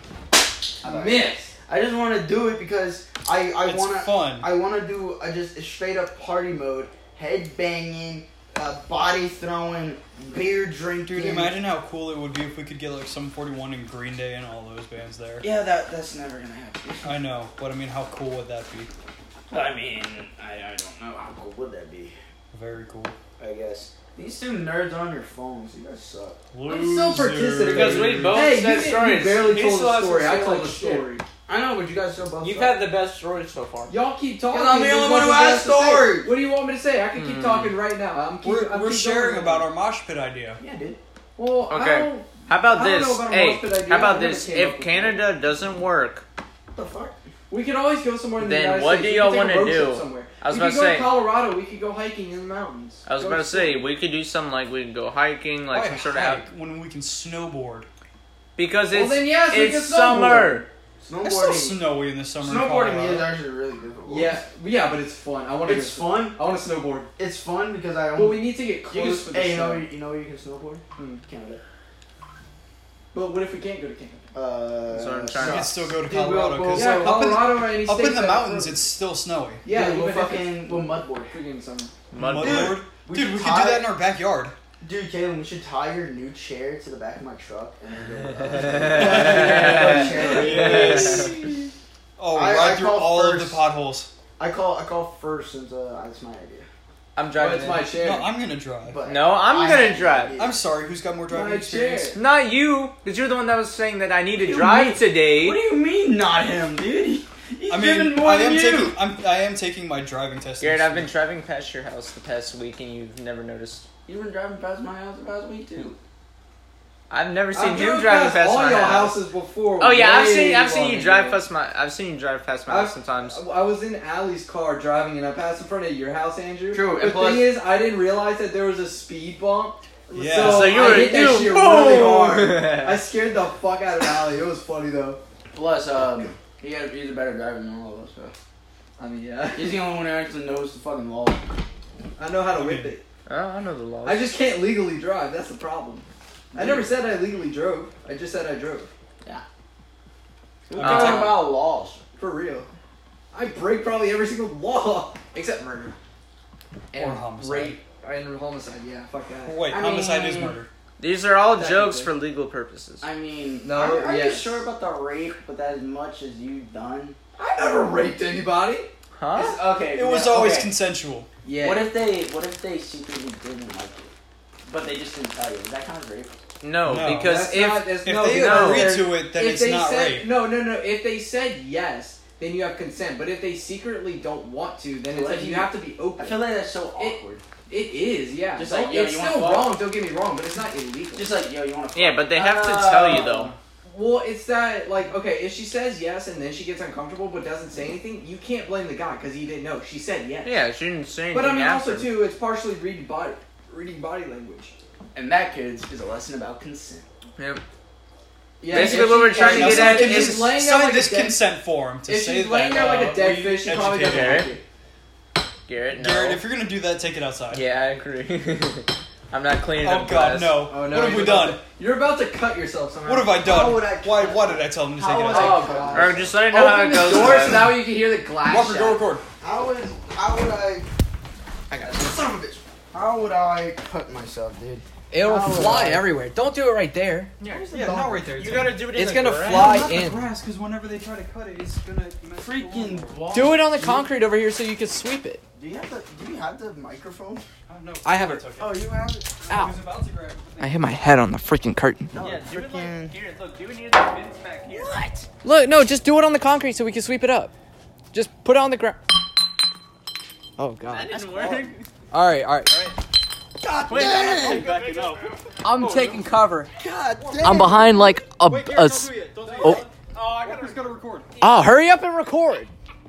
[SPEAKER 2] I miss.
[SPEAKER 1] I just want to do it because I I
[SPEAKER 3] it's
[SPEAKER 1] want to.
[SPEAKER 3] fun.
[SPEAKER 1] I want to do a, just a straight up party mode, head banging, uh, body throwing, beer drinking.
[SPEAKER 3] Dude, imagine how cool it would be if we could get like some 41 and Green Day and all those bands there.
[SPEAKER 1] Yeah, that that's never gonna happen.
[SPEAKER 3] I know, but I mean, how cool would that be?
[SPEAKER 1] I mean, I, I don't know how cool would that be.
[SPEAKER 3] Very cool.
[SPEAKER 1] I guess these two nerds on your phones, you guys suck.
[SPEAKER 2] I'm still participating.
[SPEAKER 4] Because we both
[SPEAKER 2] hey,
[SPEAKER 4] said
[SPEAKER 2] you, didn't-
[SPEAKER 4] stories.
[SPEAKER 2] you barely
[SPEAKER 4] He
[SPEAKER 2] told
[SPEAKER 4] still
[SPEAKER 2] a
[SPEAKER 4] has some
[SPEAKER 2] story. I
[SPEAKER 4] stories
[SPEAKER 2] told a
[SPEAKER 4] like shit.
[SPEAKER 2] story.
[SPEAKER 1] I know, but you guys still both.
[SPEAKER 4] You've
[SPEAKER 1] suck.
[SPEAKER 4] had the best story so far.
[SPEAKER 2] Y'all keep talking.
[SPEAKER 1] I'm the
[SPEAKER 2] there's
[SPEAKER 1] only one who
[SPEAKER 2] nothing
[SPEAKER 1] has
[SPEAKER 2] else to say.
[SPEAKER 1] stories.
[SPEAKER 2] What do you want me to say? I can keep
[SPEAKER 4] Hmm.
[SPEAKER 2] talking right now. I'm keep,
[SPEAKER 3] We're,
[SPEAKER 2] I'm
[SPEAKER 3] we're
[SPEAKER 2] keep
[SPEAKER 3] sharing
[SPEAKER 2] going.
[SPEAKER 3] about our mosh pit idea.
[SPEAKER 1] yeah, dude.
[SPEAKER 2] Well, I
[SPEAKER 4] Okay.
[SPEAKER 2] don't-
[SPEAKER 4] How
[SPEAKER 2] I
[SPEAKER 4] about
[SPEAKER 2] don't
[SPEAKER 4] this?
[SPEAKER 2] know about a
[SPEAKER 4] hey,
[SPEAKER 2] mosh pit idea.
[SPEAKER 4] how about
[SPEAKER 2] I never
[SPEAKER 4] this?
[SPEAKER 2] came up
[SPEAKER 4] If
[SPEAKER 2] with
[SPEAKER 4] Canada doesn't work,
[SPEAKER 1] What the fuck?
[SPEAKER 2] We could always go somewhere in the
[SPEAKER 4] Then
[SPEAKER 2] United
[SPEAKER 4] what
[SPEAKER 2] States.
[SPEAKER 4] do
[SPEAKER 2] We could
[SPEAKER 4] y'all
[SPEAKER 2] take a
[SPEAKER 4] wanna
[SPEAKER 2] road
[SPEAKER 4] do?
[SPEAKER 2] trip Somewhere.
[SPEAKER 4] I was
[SPEAKER 2] we
[SPEAKER 4] about
[SPEAKER 2] could
[SPEAKER 4] to
[SPEAKER 2] go
[SPEAKER 4] say.
[SPEAKER 2] to Colorado. We could go hiking in the mountains.
[SPEAKER 4] I was
[SPEAKER 2] Go
[SPEAKER 4] about to say
[SPEAKER 2] see-
[SPEAKER 4] we could do something like we could go hiking,
[SPEAKER 2] Oh,
[SPEAKER 4] like
[SPEAKER 3] Why
[SPEAKER 4] some sort of
[SPEAKER 3] hike
[SPEAKER 4] hike.
[SPEAKER 3] when we can snowboard?
[SPEAKER 4] because
[SPEAKER 2] Well,
[SPEAKER 4] it's
[SPEAKER 2] then yes, we can
[SPEAKER 4] it's
[SPEAKER 2] snowboard.
[SPEAKER 4] summer.
[SPEAKER 3] It's still
[SPEAKER 1] Snowboarding.
[SPEAKER 3] snowy in the summer. in
[SPEAKER 1] Snowboarding is
[SPEAKER 3] Colorado.
[SPEAKER 1] actually really difficult.
[SPEAKER 2] Yeah, yeah, but it's fun. I want to.
[SPEAKER 1] It's fun.
[SPEAKER 2] I want to snowboard.
[SPEAKER 1] It's fun because I.
[SPEAKER 2] But we need to get
[SPEAKER 1] you
[SPEAKER 2] close for
[SPEAKER 1] can,
[SPEAKER 2] the
[SPEAKER 1] hey, you know,
[SPEAKER 2] snow.
[SPEAKER 1] you know, you can snowboard.
[SPEAKER 2] Hmm.
[SPEAKER 1] Canada.
[SPEAKER 2] But what if we can't go to Canada?
[SPEAKER 1] Uh,
[SPEAKER 4] That's what I'm
[SPEAKER 3] We
[SPEAKER 4] trying
[SPEAKER 3] can
[SPEAKER 4] to-
[SPEAKER 3] still go to
[SPEAKER 1] Dude, we'll-
[SPEAKER 3] Colorado
[SPEAKER 1] we'll-
[SPEAKER 3] because
[SPEAKER 2] Yeah,
[SPEAKER 3] up in,
[SPEAKER 2] Colorado or any
[SPEAKER 3] up
[SPEAKER 2] states
[SPEAKER 3] in the
[SPEAKER 2] that-
[SPEAKER 3] mountains, it's still snowy.
[SPEAKER 2] yeah,
[SPEAKER 1] Dude, we'll
[SPEAKER 2] even if it's
[SPEAKER 1] fucking we'll mudboard.
[SPEAKER 2] freaking summer.
[SPEAKER 4] Mudboard.
[SPEAKER 3] Mudboard.
[SPEAKER 1] We
[SPEAKER 3] Dude,
[SPEAKER 1] should
[SPEAKER 3] we could do
[SPEAKER 1] tie-
[SPEAKER 3] that in our backyard.
[SPEAKER 1] Dude, Caleb, we should tie your new chair to the back of my truck and then go.
[SPEAKER 3] Yes. Oh,
[SPEAKER 1] I- I
[SPEAKER 3] ride through
[SPEAKER 1] call
[SPEAKER 3] all of
[SPEAKER 1] first.
[SPEAKER 3] the potholes.
[SPEAKER 1] I call I call first since uh, that's my idea.
[SPEAKER 4] I'm
[SPEAKER 2] Well,
[SPEAKER 4] driving.
[SPEAKER 2] Oh, it's my
[SPEAKER 4] in.
[SPEAKER 2] chair.
[SPEAKER 3] No, I'm gonna drive.
[SPEAKER 1] But
[SPEAKER 4] No, I'm
[SPEAKER 1] I
[SPEAKER 4] gonna
[SPEAKER 1] have an
[SPEAKER 4] drive.
[SPEAKER 1] idea.
[SPEAKER 3] I'm sorry, who's got more driving
[SPEAKER 2] My chair.
[SPEAKER 3] experience?
[SPEAKER 4] Not you, because you're the one that was saying that I need to
[SPEAKER 1] you
[SPEAKER 4] drive
[SPEAKER 1] mean?
[SPEAKER 4] today.
[SPEAKER 1] What do you mean, not him, dude? He, he's
[SPEAKER 3] I mean,
[SPEAKER 1] giving more
[SPEAKER 3] I
[SPEAKER 1] than
[SPEAKER 3] am
[SPEAKER 1] you.
[SPEAKER 3] taking I'm, I am taking my driving test.
[SPEAKER 4] Garrett,
[SPEAKER 3] next
[SPEAKER 4] I've been
[SPEAKER 3] week.
[SPEAKER 4] driving past your house the past week and you've never noticed.
[SPEAKER 1] You've been driving past my house the past week too.
[SPEAKER 4] I've never seen
[SPEAKER 2] I've
[SPEAKER 4] you
[SPEAKER 2] drove
[SPEAKER 4] driving past
[SPEAKER 2] all
[SPEAKER 4] my
[SPEAKER 2] your
[SPEAKER 4] house.
[SPEAKER 2] houses before.
[SPEAKER 4] Oh yeah, I've
[SPEAKER 2] way
[SPEAKER 4] seen I've seen
[SPEAKER 2] longer
[SPEAKER 4] you drive
[SPEAKER 2] than
[SPEAKER 4] past my I've seen you drive past my
[SPEAKER 2] I've-
[SPEAKER 4] house sometimes.
[SPEAKER 2] I was in Allie's car driving, and I passed in front of your house, Andrew.
[SPEAKER 1] True,
[SPEAKER 2] The
[SPEAKER 1] and plus-
[SPEAKER 2] thing is, I didn't realize that there was a speed bump.
[SPEAKER 3] Yeah.
[SPEAKER 2] So,
[SPEAKER 4] So you
[SPEAKER 2] I
[SPEAKER 4] were-
[SPEAKER 2] hit that
[SPEAKER 4] you-
[SPEAKER 2] shit really hard. I
[SPEAKER 4] I,
[SPEAKER 2] scared the fuck out of Allie. It was funny though.
[SPEAKER 1] Plus, um, he had, he's a better driver than all of us. So.
[SPEAKER 2] I mean, yeah,
[SPEAKER 1] He's the only one who actually knows the fucking law.
[SPEAKER 2] I know how to whip
[SPEAKER 3] Okay.
[SPEAKER 2] it.
[SPEAKER 4] I know the laws.
[SPEAKER 2] I just can't legally drive. That's the problem. I never said I legally drove. I just said I drove
[SPEAKER 1] We're
[SPEAKER 4] Uh,
[SPEAKER 1] talking about laws,
[SPEAKER 2] for real. I break probably every single law
[SPEAKER 5] Except murder.
[SPEAKER 2] and
[SPEAKER 3] homicide.
[SPEAKER 2] rape and homicide. Yeah, fuck that.
[SPEAKER 3] Wait,
[SPEAKER 1] I
[SPEAKER 3] homicide is
[SPEAKER 1] mean-
[SPEAKER 3] murder.
[SPEAKER 4] These are all
[SPEAKER 2] Technically.
[SPEAKER 4] jokes for legal purposes.
[SPEAKER 1] I mean,
[SPEAKER 2] No,
[SPEAKER 1] are, are
[SPEAKER 2] yes.
[SPEAKER 1] you sure about the rape? But as much as you've done,
[SPEAKER 2] I never raped anybody.
[SPEAKER 4] Huh?
[SPEAKER 1] It's- okay.
[SPEAKER 3] It was
[SPEAKER 1] yeah,
[SPEAKER 3] always
[SPEAKER 1] okay.
[SPEAKER 3] consensual.
[SPEAKER 2] Yeah.
[SPEAKER 1] What if they what if they secretly didn't like it? But they just didn't tell you. Is that kind of rape?
[SPEAKER 4] No,
[SPEAKER 3] No.
[SPEAKER 4] because
[SPEAKER 2] That's
[SPEAKER 4] if
[SPEAKER 2] not- that's-
[SPEAKER 3] If
[SPEAKER 2] no,
[SPEAKER 3] they
[SPEAKER 2] no.
[SPEAKER 3] agree
[SPEAKER 2] They're-
[SPEAKER 3] to it, then
[SPEAKER 2] if
[SPEAKER 3] it's
[SPEAKER 2] they
[SPEAKER 3] not
[SPEAKER 2] said,
[SPEAKER 3] rape.
[SPEAKER 2] No, no, no. If they said yes, then you have consent. But if they secretly don't want to, then it's
[SPEAKER 1] Well,
[SPEAKER 2] like
[SPEAKER 1] you-
[SPEAKER 2] you have to be
[SPEAKER 1] I
[SPEAKER 2] open.
[SPEAKER 1] feel like that's so
[SPEAKER 2] It-
[SPEAKER 1] awkward.
[SPEAKER 2] It is, yeah.
[SPEAKER 1] Just
[SPEAKER 2] Don't-
[SPEAKER 1] like, yo,
[SPEAKER 2] it's
[SPEAKER 1] you wanna
[SPEAKER 2] still
[SPEAKER 1] fuck?
[SPEAKER 2] wrong. Don't get me wrong, but it's not illegal.
[SPEAKER 1] just like yo, you want to?
[SPEAKER 4] yeah, but they have to tell you
[SPEAKER 2] Um,
[SPEAKER 4] though.
[SPEAKER 2] well, it's that like okay, if she says yes and then she gets uncomfortable but doesn't say anything, you can't blame the guy because he didn't know. She said yes.
[SPEAKER 4] Yeah, she didn't say anything
[SPEAKER 2] But I mean,
[SPEAKER 4] after.
[SPEAKER 2] also too, it's partially reading body, reading body language.
[SPEAKER 1] And that kids is a lesson about consent.
[SPEAKER 4] Yep.
[SPEAKER 2] Yeah,
[SPEAKER 4] Basically
[SPEAKER 2] if
[SPEAKER 4] what
[SPEAKER 2] she-
[SPEAKER 4] we're
[SPEAKER 2] if
[SPEAKER 4] trying to
[SPEAKER 2] she's-
[SPEAKER 4] get at
[SPEAKER 2] if she's
[SPEAKER 4] is
[SPEAKER 2] laying down
[SPEAKER 3] Sign
[SPEAKER 2] like a
[SPEAKER 3] this
[SPEAKER 2] dead-
[SPEAKER 3] consent form to
[SPEAKER 2] if
[SPEAKER 3] say
[SPEAKER 2] she's laying
[SPEAKER 3] that.
[SPEAKER 2] down like
[SPEAKER 3] uh,
[SPEAKER 2] a dead
[SPEAKER 3] we
[SPEAKER 2] fish, she probably
[SPEAKER 3] educated
[SPEAKER 2] doesn't
[SPEAKER 4] educated
[SPEAKER 2] like it.
[SPEAKER 4] Garrett, no.
[SPEAKER 3] Garrett, if you're gonna do that, take it outside.
[SPEAKER 4] yeah, I agree. I'm not cleaning
[SPEAKER 3] Oh
[SPEAKER 4] up
[SPEAKER 3] God,
[SPEAKER 4] glass.
[SPEAKER 3] no.
[SPEAKER 2] Oh, no,
[SPEAKER 3] what have
[SPEAKER 2] you're
[SPEAKER 3] we
[SPEAKER 2] about
[SPEAKER 3] done?
[SPEAKER 2] to- you're about to cut yourself somehow.
[SPEAKER 3] What have I done?
[SPEAKER 1] would I-
[SPEAKER 3] why? Why did I tell him to take it
[SPEAKER 1] How would
[SPEAKER 3] outside?
[SPEAKER 1] I?
[SPEAKER 2] Oh, God.
[SPEAKER 4] Alright, just let me know how
[SPEAKER 5] Open
[SPEAKER 4] it
[SPEAKER 5] the
[SPEAKER 4] goes.
[SPEAKER 5] door so
[SPEAKER 4] man.
[SPEAKER 5] that way you can hear the glass.
[SPEAKER 3] Walker, go
[SPEAKER 5] shatter.
[SPEAKER 3] record.
[SPEAKER 1] How would how would I? I got son of a bitch. How would I cut myself, dude?
[SPEAKER 5] It'll
[SPEAKER 1] Oh,
[SPEAKER 5] fly
[SPEAKER 1] right.
[SPEAKER 5] everywhere. Don't do it right there.
[SPEAKER 3] Yeah, not right there.
[SPEAKER 4] You gotta do it. in
[SPEAKER 5] It's
[SPEAKER 4] the
[SPEAKER 5] gonna
[SPEAKER 4] garage.
[SPEAKER 5] fly in.
[SPEAKER 3] grass, because whenever they try to cut it, it's gonna freaking.
[SPEAKER 5] Do it on the concrete over here so you can sweep it.
[SPEAKER 1] Do you have the Do you have the microphone?
[SPEAKER 5] I have it.
[SPEAKER 1] Oh, you have it.
[SPEAKER 5] Ow. I hit my head on the freaking curtain.
[SPEAKER 1] No,
[SPEAKER 4] Yeah, do it
[SPEAKER 1] freaking-
[SPEAKER 4] like here. Look, do it near the bins back here.
[SPEAKER 5] Look, no, just do it on the concrete so we can sweep it up. Just put it on the ground. Oh
[SPEAKER 4] That
[SPEAKER 5] god.
[SPEAKER 4] didn't work.
[SPEAKER 5] All right, all right.
[SPEAKER 3] God
[SPEAKER 4] Wait,
[SPEAKER 3] damn!
[SPEAKER 4] I'm backing up.
[SPEAKER 2] I'm taking cover.
[SPEAKER 3] God damn!
[SPEAKER 2] I'm behind like a.
[SPEAKER 3] Wait, Garrett,
[SPEAKER 2] a
[SPEAKER 3] don't
[SPEAKER 2] s-
[SPEAKER 3] do it. Don't do it.
[SPEAKER 2] oh.
[SPEAKER 4] Oh, I
[SPEAKER 3] Walker's gotta record.
[SPEAKER 2] oh, hurry up and record.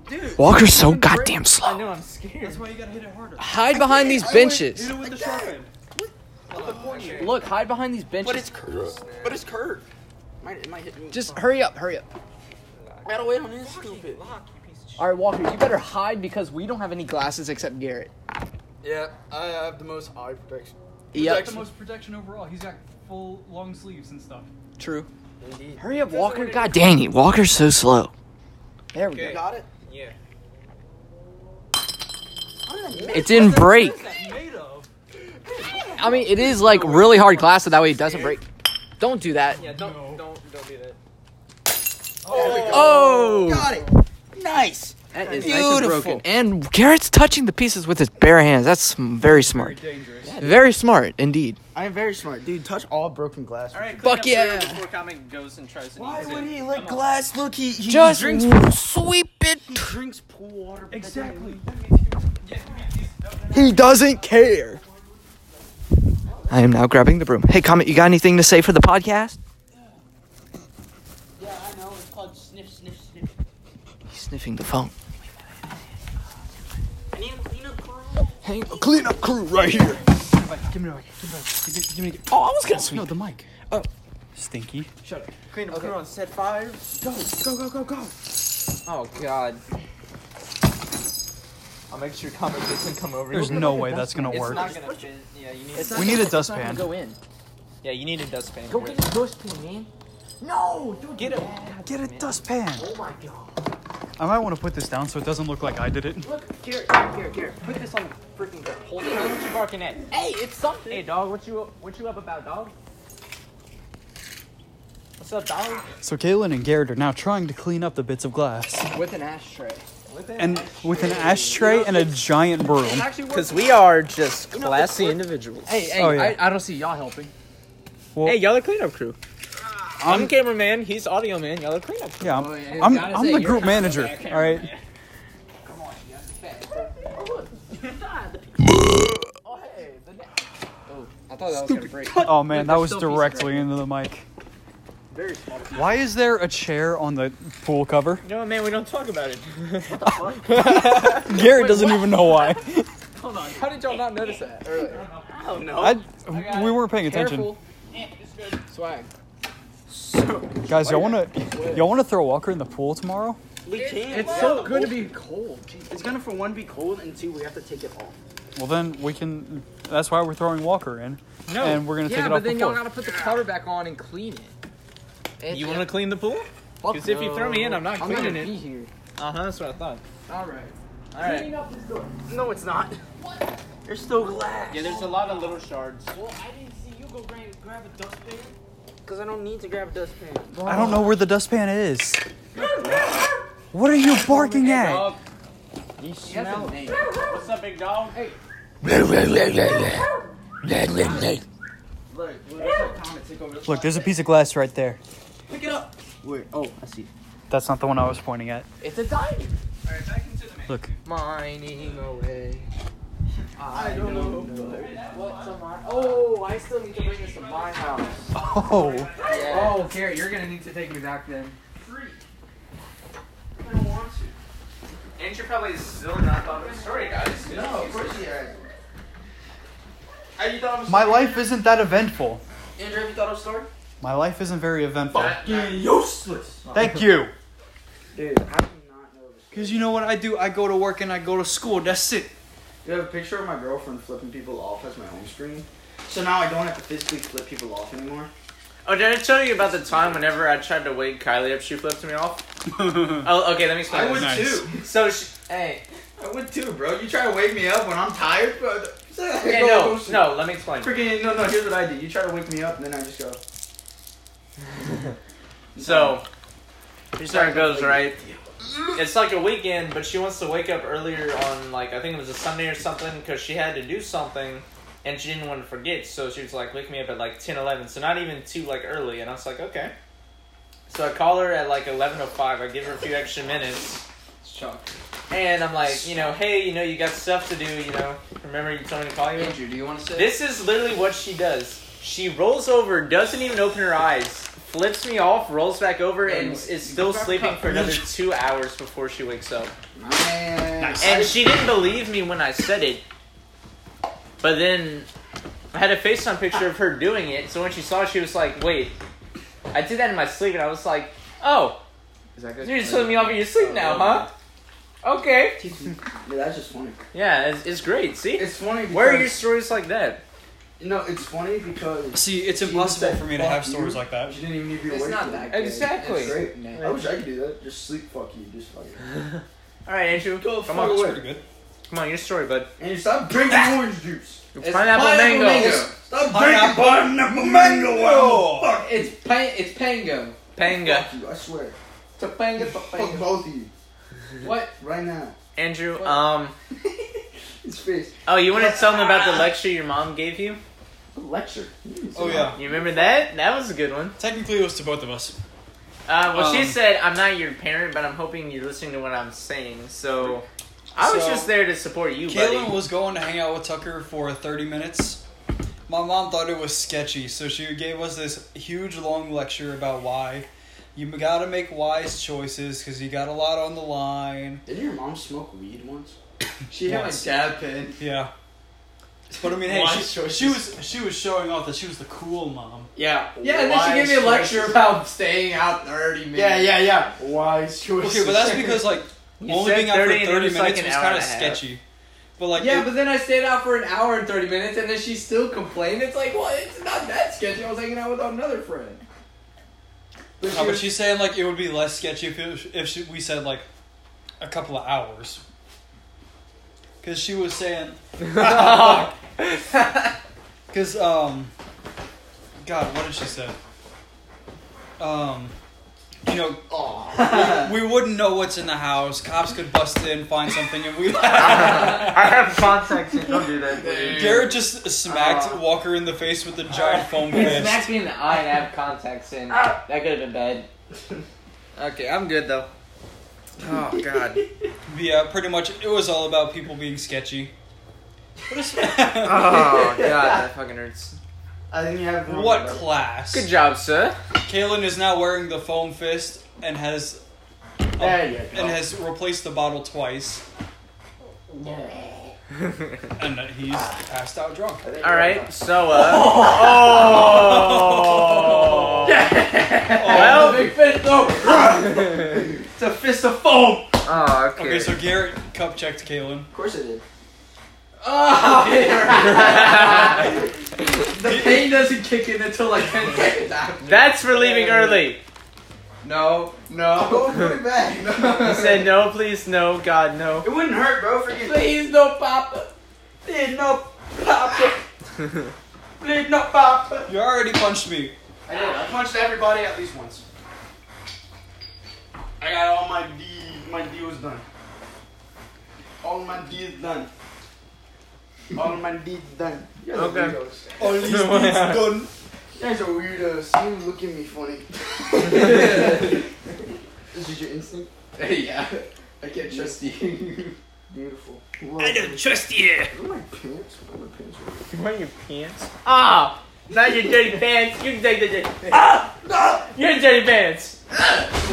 [SPEAKER 3] Dude,
[SPEAKER 2] Walker's so
[SPEAKER 3] Even break-
[SPEAKER 2] goddamn
[SPEAKER 4] I
[SPEAKER 2] slow.
[SPEAKER 4] know I'm scared.
[SPEAKER 3] that's why you gotta hit it harder.
[SPEAKER 2] Hide behind these benches.
[SPEAKER 3] Hit it with the sharp end.
[SPEAKER 2] Look, hide behind these benches.
[SPEAKER 7] But it's curved. But it's curved. Might, it might hit me.
[SPEAKER 2] Just hurry up, hurry up.
[SPEAKER 7] I gotta wait on this stupid.
[SPEAKER 2] All right, Walker, you better hide because we don't have any glasses except Garrett.
[SPEAKER 7] Yeah, I have the most eye protection.
[SPEAKER 2] Yep,
[SPEAKER 3] the most protection overall. He's got full long sleeves and stuff.
[SPEAKER 2] true.
[SPEAKER 7] Indeed.
[SPEAKER 2] Hurry up, Walker. God dang it, Walker's so slow. There we
[SPEAKER 4] Okay.
[SPEAKER 2] go.
[SPEAKER 7] Got it?
[SPEAKER 4] Yeah.
[SPEAKER 2] It didn't break.
[SPEAKER 3] That made of.
[SPEAKER 2] I mean, it is like really hard glass, so that way it doesn't break. Don't do that.
[SPEAKER 4] Yeah, don't don't don't do that.
[SPEAKER 2] Oh,
[SPEAKER 7] Got it. Nice.
[SPEAKER 2] that is nice and
[SPEAKER 7] Beautiful.
[SPEAKER 2] broken. And Garrett's touching the pieces with his bare hands. That's very smart.
[SPEAKER 3] Very dangerous.
[SPEAKER 2] Very smart indeed.
[SPEAKER 7] I am very smart, dude. Touch all broken glass.
[SPEAKER 4] All right,
[SPEAKER 2] Fuck
[SPEAKER 4] clean up
[SPEAKER 2] yeah.
[SPEAKER 4] Here before Comic goes and tries to
[SPEAKER 7] Why
[SPEAKER 4] use
[SPEAKER 7] would
[SPEAKER 4] it.
[SPEAKER 7] he lick glass? Look, he, he
[SPEAKER 2] Just
[SPEAKER 7] drinks
[SPEAKER 2] sweep it.
[SPEAKER 7] drinks pool water. but that
[SPEAKER 3] Exactly.
[SPEAKER 2] He doesn't care. I am now grabbing the broom. Hey, Comet, you got anything to say for the podcast?
[SPEAKER 7] guy- Yeah, I know. It's called sniff, sniff, sniff.
[SPEAKER 2] He's sniffing the phone.
[SPEAKER 7] I need a cleanup crew.
[SPEAKER 2] Hang a cleanup crew right here.
[SPEAKER 7] Give me the mic. Give me the mic. Give me, give me the
[SPEAKER 2] Oh, I was gonna sweep.
[SPEAKER 7] No, the mic.
[SPEAKER 2] Oh.
[SPEAKER 3] Stinky.
[SPEAKER 4] Clean up crew on set five. Go, go, go, go, go. Oh god. I'll make sure Comic doesn't come over.
[SPEAKER 3] There's
[SPEAKER 4] here.
[SPEAKER 3] no way that's gonna
[SPEAKER 4] It's
[SPEAKER 3] work.
[SPEAKER 4] not gonna fit. Yeah, you need.
[SPEAKER 3] We need a dustpan.
[SPEAKER 2] Go in.
[SPEAKER 4] Yeah, you need a dustpan.
[SPEAKER 2] Go get a dustpan, man. No, don't
[SPEAKER 4] Get
[SPEAKER 2] do
[SPEAKER 4] a-
[SPEAKER 2] that.
[SPEAKER 3] Get a dustpan.
[SPEAKER 2] Oh my god.
[SPEAKER 3] I might want to put this down so it doesn't look like I did it.
[SPEAKER 2] Look, Garrett, Garrett, Garrett. Put this on the freaking ground. Hold it.
[SPEAKER 4] What you barking at?
[SPEAKER 2] Hey, it's something.
[SPEAKER 4] Hey dog, what you what you up about, dog? What's up, dog?
[SPEAKER 3] So Kaylin and Garrett are now trying to clean up the bits of glass,
[SPEAKER 2] With an ashtray.
[SPEAKER 3] and with an ashtray and a giant broom.
[SPEAKER 4] Because we are just classy individuals.
[SPEAKER 2] Hey, hey,
[SPEAKER 3] Oh, yeah.
[SPEAKER 2] I, I don't see y'all helping.
[SPEAKER 3] Well-
[SPEAKER 4] y'all are cleanup crew.
[SPEAKER 2] Um,
[SPEAKER 4] I'm, cameraman. He's audio man. Y'all are cleanup. Crew.
[SPEAKER 3] Yeah,
[SPEAKER 2] Oh, yeah,
[SPEAKER 3] I'm, I'm,
[SPEAKER 2] gotta
[SPEAKER 3] I'm
[SPEAKER 2] say,
[SPEAKER 3] the
[SPEAKER 2] you're
[SPEAKER 3] group
[SPEAKER 2] not the
[SPEAKER 3] manager.
[SPEAKER 2] bad
[SPEAKER 3] All right.
[SPEAKER 2] I thought that was gonna break.
[SPEAKER 3] Oh man, that was
[SPEAKER 2] still piece of
[SPEAKER 3] directly into the mic. Why is there a chair on the pool cover?
[SPEAKER 4] No, man, we don't talk about it.
[SPEAKER 3] Garrett doesn't even know why.
[SPEAKER 2] How did y'all not notice that earlier?
[SPEAKER 3] I, we weren't paying attention,
[SPEAKER 2] Careful. Swag.
[SPEAKER 3] guys. Y'all wanna y'all wanna throw Walker in the pool tomorrow?
[SPEAKER 7] We can't.
[SPEAKER 2] It's so good to be cold.
[SPEAKER 7] It's gonna for one be cold and two we have to take it off.
[SPEAKER 3] Well then we can. That's why we're throwing Walker in, and we're gonna take
[SPEAKER 2] Yeah,
[SPEAKER 3] it off
[SPEAKER 2] but
[SPEAKER 3] the
[SPEAKER 2] then y'all
[SPEAKER 3] before.
[SPEAKER 2] gotta put the cover back on and clean it. It's-
[SPEAKER 4] You want to clean the pool?
[SPEAKER 2] Fuck
[SPEAKER 4] 'Cause if you throw me in, I'm not
[SPEAKER 2] I'm not
[SPEAKER 4] cleaning
[SPEAKER 2] gonna
[SPEAKER 4] it.
[SPEAKER 2] be here.
[SPEAKER 4] Uh huh. That's what I thought.
[SPEAKER 2] All right.
[SPEAKER 4] All right.
[SPEAKER 7] No, it's not. What? There's still glass.
[SPEAKER 4] Yeah, there's a lot of little shards.
[SPEAKER 7] Because I don't need to grab a dustpan.
[SPEAKER 3] I don't know where the dustpan is. What are you barking at?
[SPEAKER 4] Dog. What's up, big dog? Hey.
[SPEAKER 3] Look, there's a piece of glass right there.
[SPEAKER 7] Wait. Oh, I see.
[SPEAKER 3] That's not the one I was pointing at.
[SPEAKER 2] It's a diamond.
[SPEAKER 4] All right, back into the man.
[SPEAKER 3] Look,
[SPEAKER 2] Mining away. I don't know what's on my. Oh, I still need to bring this to my house.
[SPEAKER 3] oh,
[SPEAKER 2] Oh, Garrett, you're gonna need to take me back then.
[SPEAKER 4] And you're probably still not thought of the story, guys. No, of course you are. you thought
[SPEAKER 3] my life isn't that eventful.
[SPEAKER 7] Andrew, have you thought of a story?
[SPEAKER 3] My life isn't very eventful.
[SPEAKER 7] useless.
[SPEAKER 3] Thank you.
[SPEAKER 7] Dude, how do you not know this?
[SPEAKER 3] Cause you know what I do? I go to work and I go to school. That's it.
[SPEAKER 7] You have a picture of my girlfriend flipping people off as my home screen. So now I don't have to physically flip people off anymore.
[SPEAKER 4] Oh, did I tell you about the time whenever I tried to wake Kylie up, she flipped me off? oh, okay, let me explain. this.
[SPEAKER 3] Nice.
[SPEAKER 7] too.
[SPEAKER 4] So, she, hey,
[SPEAKER 7] I would too, bro. You try to wake me up when I'm tired, bro.
[SPEAKER 4] okay, no, no, let me explain.
[SPEAKER 7] Freaking no, no. Here's what I do. You try to wake me up, and then I just go.
[SPEAKER 4] So, here's how it goes, right? It's like a weekend, but she wants to wake up earlier on, like, I think it was a Sunday or something, because she had to do something, and she didn't want to forget, so she was like, wake me up at, like, 10, 11, so not even too, like, early, and I was like, okay. oh So I call her at, like, 11.05, I give her a few extra minutes,
[SPEAKER 2] Chuck.
[SPEAKER 4] and I'm like, you know, hey, you know, you got stuff to do, you know. Remember you told me to call you?
[SPEAKER 5] Andrew, do you want to sit?
[SPEAKER 4] This is literally what she does. She rolls over, doesn't even open her eyes, flips me off, rolls back over, and is still sleeping for another two hours before she wakes up.
[SPEAKER 1] Man.
[SPEAKER 4] And she didn't believe me when I said it. But then I had a FaceTime picture of her doing it, so when she saw it, she was like, wait, I did that in my sleep, and I was like, oh,
[SPEAKER 5] Is that good?
[SPEAKER 4] you're just flipping me off in your sleep now, huh? Okay.
[SPEAKER 1] Yeah, that's just funny.
[SPEAKER 4] Yeah, it's, it's great, see?
[SPEAKER 2] It's funny.
[SPEAKER 4] Where are your
[SPEAKER 2] because-
[SPEAKER 4] stories like that?
[SPEAKER 1] No, it's funny because
[SPEAKER 3] See, it's
[SPEAKER 1] She even
[SPEAKER 3] impossible
[SPEAKER 1] said,
[SPEAKER 3] for me to
[SPEAKER 1] "Fuck
[SPEAKER 3] have
[SPEAKER 1] you."
[SPEAKER 3] stories like that.
[SPEAKER 1] she didn't even need to be
[SPEAKER 5] It's
[SPEAKER 1] awake
[SPEAKER 5] not
[SPEAKER 1] for
[SPEAKER 5] that
[SPEAKER 1] that.
[SPEAKER 5] good.
[SPEAKER 4] Exactly.
[SPEAKER 5] It's
[SPEAKER 1] Great.
[SPEAKER 5] great.
[SPEAKER 7] I wish I could do that. Just sleep. Fuck you. Just fuck you.
[SPEAKER 4] Alright, Andrew.
[SPEAKER 7] Go
[SPEAKER 4] Come
[SPEAKER 7] fuck
[SPEAKER 4] on.
[SPEAKER 7] away.
[SPEAKER 3] Pretty good.
[SPEAKER 4] Come on, your story, bud.
[SPEAKER 1] And you stop drinking orange juice.
[SPEAKER 5] It's
[SPEAKER 4] pineapple,
[SPEAKER 5] pineapple
[SPEAKER 4] mango.
[SPEAKER 5] mango.
[SPEAKER 1] Stop drinking
[SPEAKER 3] Pineapple.
[SPEAKER 1] pineapple mango.
[SPEAKER 3] Mango.
[SPEAKER 1] Fuck
[SPEAKER 5] It's pan- it's pango.
[SPEAKER 4] Panga.
[SPEAKER 7] Fuck you. I swear.
[SPEAKER 5] It's a pango. it's a
[SPEAKER 7] Fuck
[SPEAKER 5] pango.
[SPEAKER 7] both of you
[SPEAKER 5] What?
[SPEAKER 7] right now.
[SPEAKER 4] Andrew, um,
[SPEAKER 7] His face.
[SPEAKER 4] oh, you want to tell them about the lecture your mom gave you?
[SPEAKER 1] Lecture.
[SPEAKER 3] Oh yeah.
[SPEAKER 4] You remember that? That was a good one.
[SPEAKER 3] Technically, it was to both of us.
[SPEAKER 4] Uh, well, she
[SPEAKER 3] Um,
[SPEAKER 4] said, I'm not your parent, but I'm hoping you're listening to what I'm saying, so. I was
[SPEAKER 3] So-
[SPEAKER 4] just there to support you,
[SPEAKER 3] Kaylin
[SPEAKER 4] buddy.
[SPEAKER 3] was going to hang out with Tucker for 30 minutes. My mom thought it was sketchy, so she gave us this huge long lecture about why you gotta make wise choices because you got a lot on the line.
[SPEAKER 1] Didn't your mom smoke weed once?
[SPEAKER 5] She had my
[SPEAKER 3] Yes.
[SPEAKER 5] dad pin.
[SPEAKER 3] Yeah. But I mean, hey,
[SPEAKER 1] Wise
[SPEAKER 3] she, she was she was showing off that she was the cool mom.
[SPEAKER 5] Yeah. Yeah, and then she
[SPEAKER 1] Wise
[SPEAKER 5] gave me a lecture
[SPEAKER 1] choices.
[SPEAKER 5] about staying out 30 minutes.
[SPEAKER 1] Yeah, yeah, yeah. Wise choices.
[SPEAKER 3] Okay, but that's because like
[SPEAKER 4] You
[SPEAKER 3] only
[SPEAKER 4] said
[SPEAKER 3] being out for
[SPEAKER 4] 30
[SPEAKER 3] 30
[SPEAKER 4] and it
[SPEAKER 3] minutes
[SPEAKER 4] was like an
[SPEAKER 3] was
[SPEAKER 4] hour
[SPEAKER 3] kind
[SPEAKER 4] and
[SPEAKER 3] of
[SPEAKER 4] a half.
[SPEAKER 3] sketchy. But like,
[SPEAKER 5] Yeah,
[SPEAKER 3] it-
[SPEAKER 5] but then I stayed out for an hour and 30 minutes, and then she still complained. It's like, well, it's not that sketchy. I was hanging out with another friend. But she
[SPEAKER 3] no, but
[SPEAKER 5] was-
[SPEAKER 3] she's saying like it would be less sketchy if it was, if she, we said like a couple of hours. Because she was saying, because um, God, what did she say? Um, you know, we, we wouldn't know what's in the house. Cops could bust in, find something, and we.
[SPEAKER 4] I have contacts and don't do that.
[SPEAKER 3] Garrett just smacked
[SPEAKER 5] Aw.
[SPEAKER 3] Walker in the face with a giant foam
[SPEAKER 4] He
[SPEAKER 3] fist.
[SPEAKER 4] smacked me in the eye and I have contacts in. That could have been bad. Okay, I'm good though. Oh god.
[SPEAKER 3] Yeah, pretty much. It was all about people being sketchy. What is-
[SPEAKER 4] Oh god, that fucking hurts.
[SPEAKER 1] I think you have to-
[SPEAKER 3] What class?
[SPEAKER 4] Good job, sir.
[SPEAKER 3] Kalen is now wearing the foam fist and has um,
[SPEAKER 1] There you go.
[SPEAKER 3] and has replaced the bottle twice. and that he's passed out drunk.
[SPEAKER 4] All right, so uh. Oh.
[SPEAKER 5] Oh,
[SPEAKER 4] Well.
[SPEAKER 5] big fist, though. it's a fist of foam.
[SPEAKER 4] Oh, okay.
[SPEAKER 3] Okay, so Garrett cup checked Kalen.
[SPEAKER 7] Of course I did.
[SPEAKER 5] Oh, yeah. the pain doesn't kick in until like 10 seconds after.
[SPEAKER 4] That's for leaving early.
[SPEAKER 5] No, no.
[SPEAKER 7] Oh, put it back.
[SPEAKER 4] He
[SPEAKER 7] No.
[SPEAKER 4] said no, please, no, God, no.
[SPEAKER 1] It wouldn't hurt, bro. Forget it.
[SPEAKER 5] Please, no, Papa. Please, no, Papa. Please, no, Papa.
[SPEAKER 3] You already punched me.
[SPEAKER 1] I did. I punched everybody at least once. I got all my D. My D was done. All my D is done. All my D is done.
[SPEAKER 7] You guys are
[SPEAKER 4] Okay.
[SPEAKER 7] weirdos.
[SPEAKER 3] All these things done.
[SPEAKER 7] You guys are weirdos. You look at me funny. This is your instinct.
[SPEAKER 5] yeah, I can't trust you.
[SPEAKER 7] Beautiful.
[SPEAKER 1] I don't trust.
[SPEAKER 7] Look at my pants. Look at my pants.
[SPEAKER 4] You wearing your pants? Ah! Not your dirty pants. You can take the dirty Ah! No! Your dirty pants.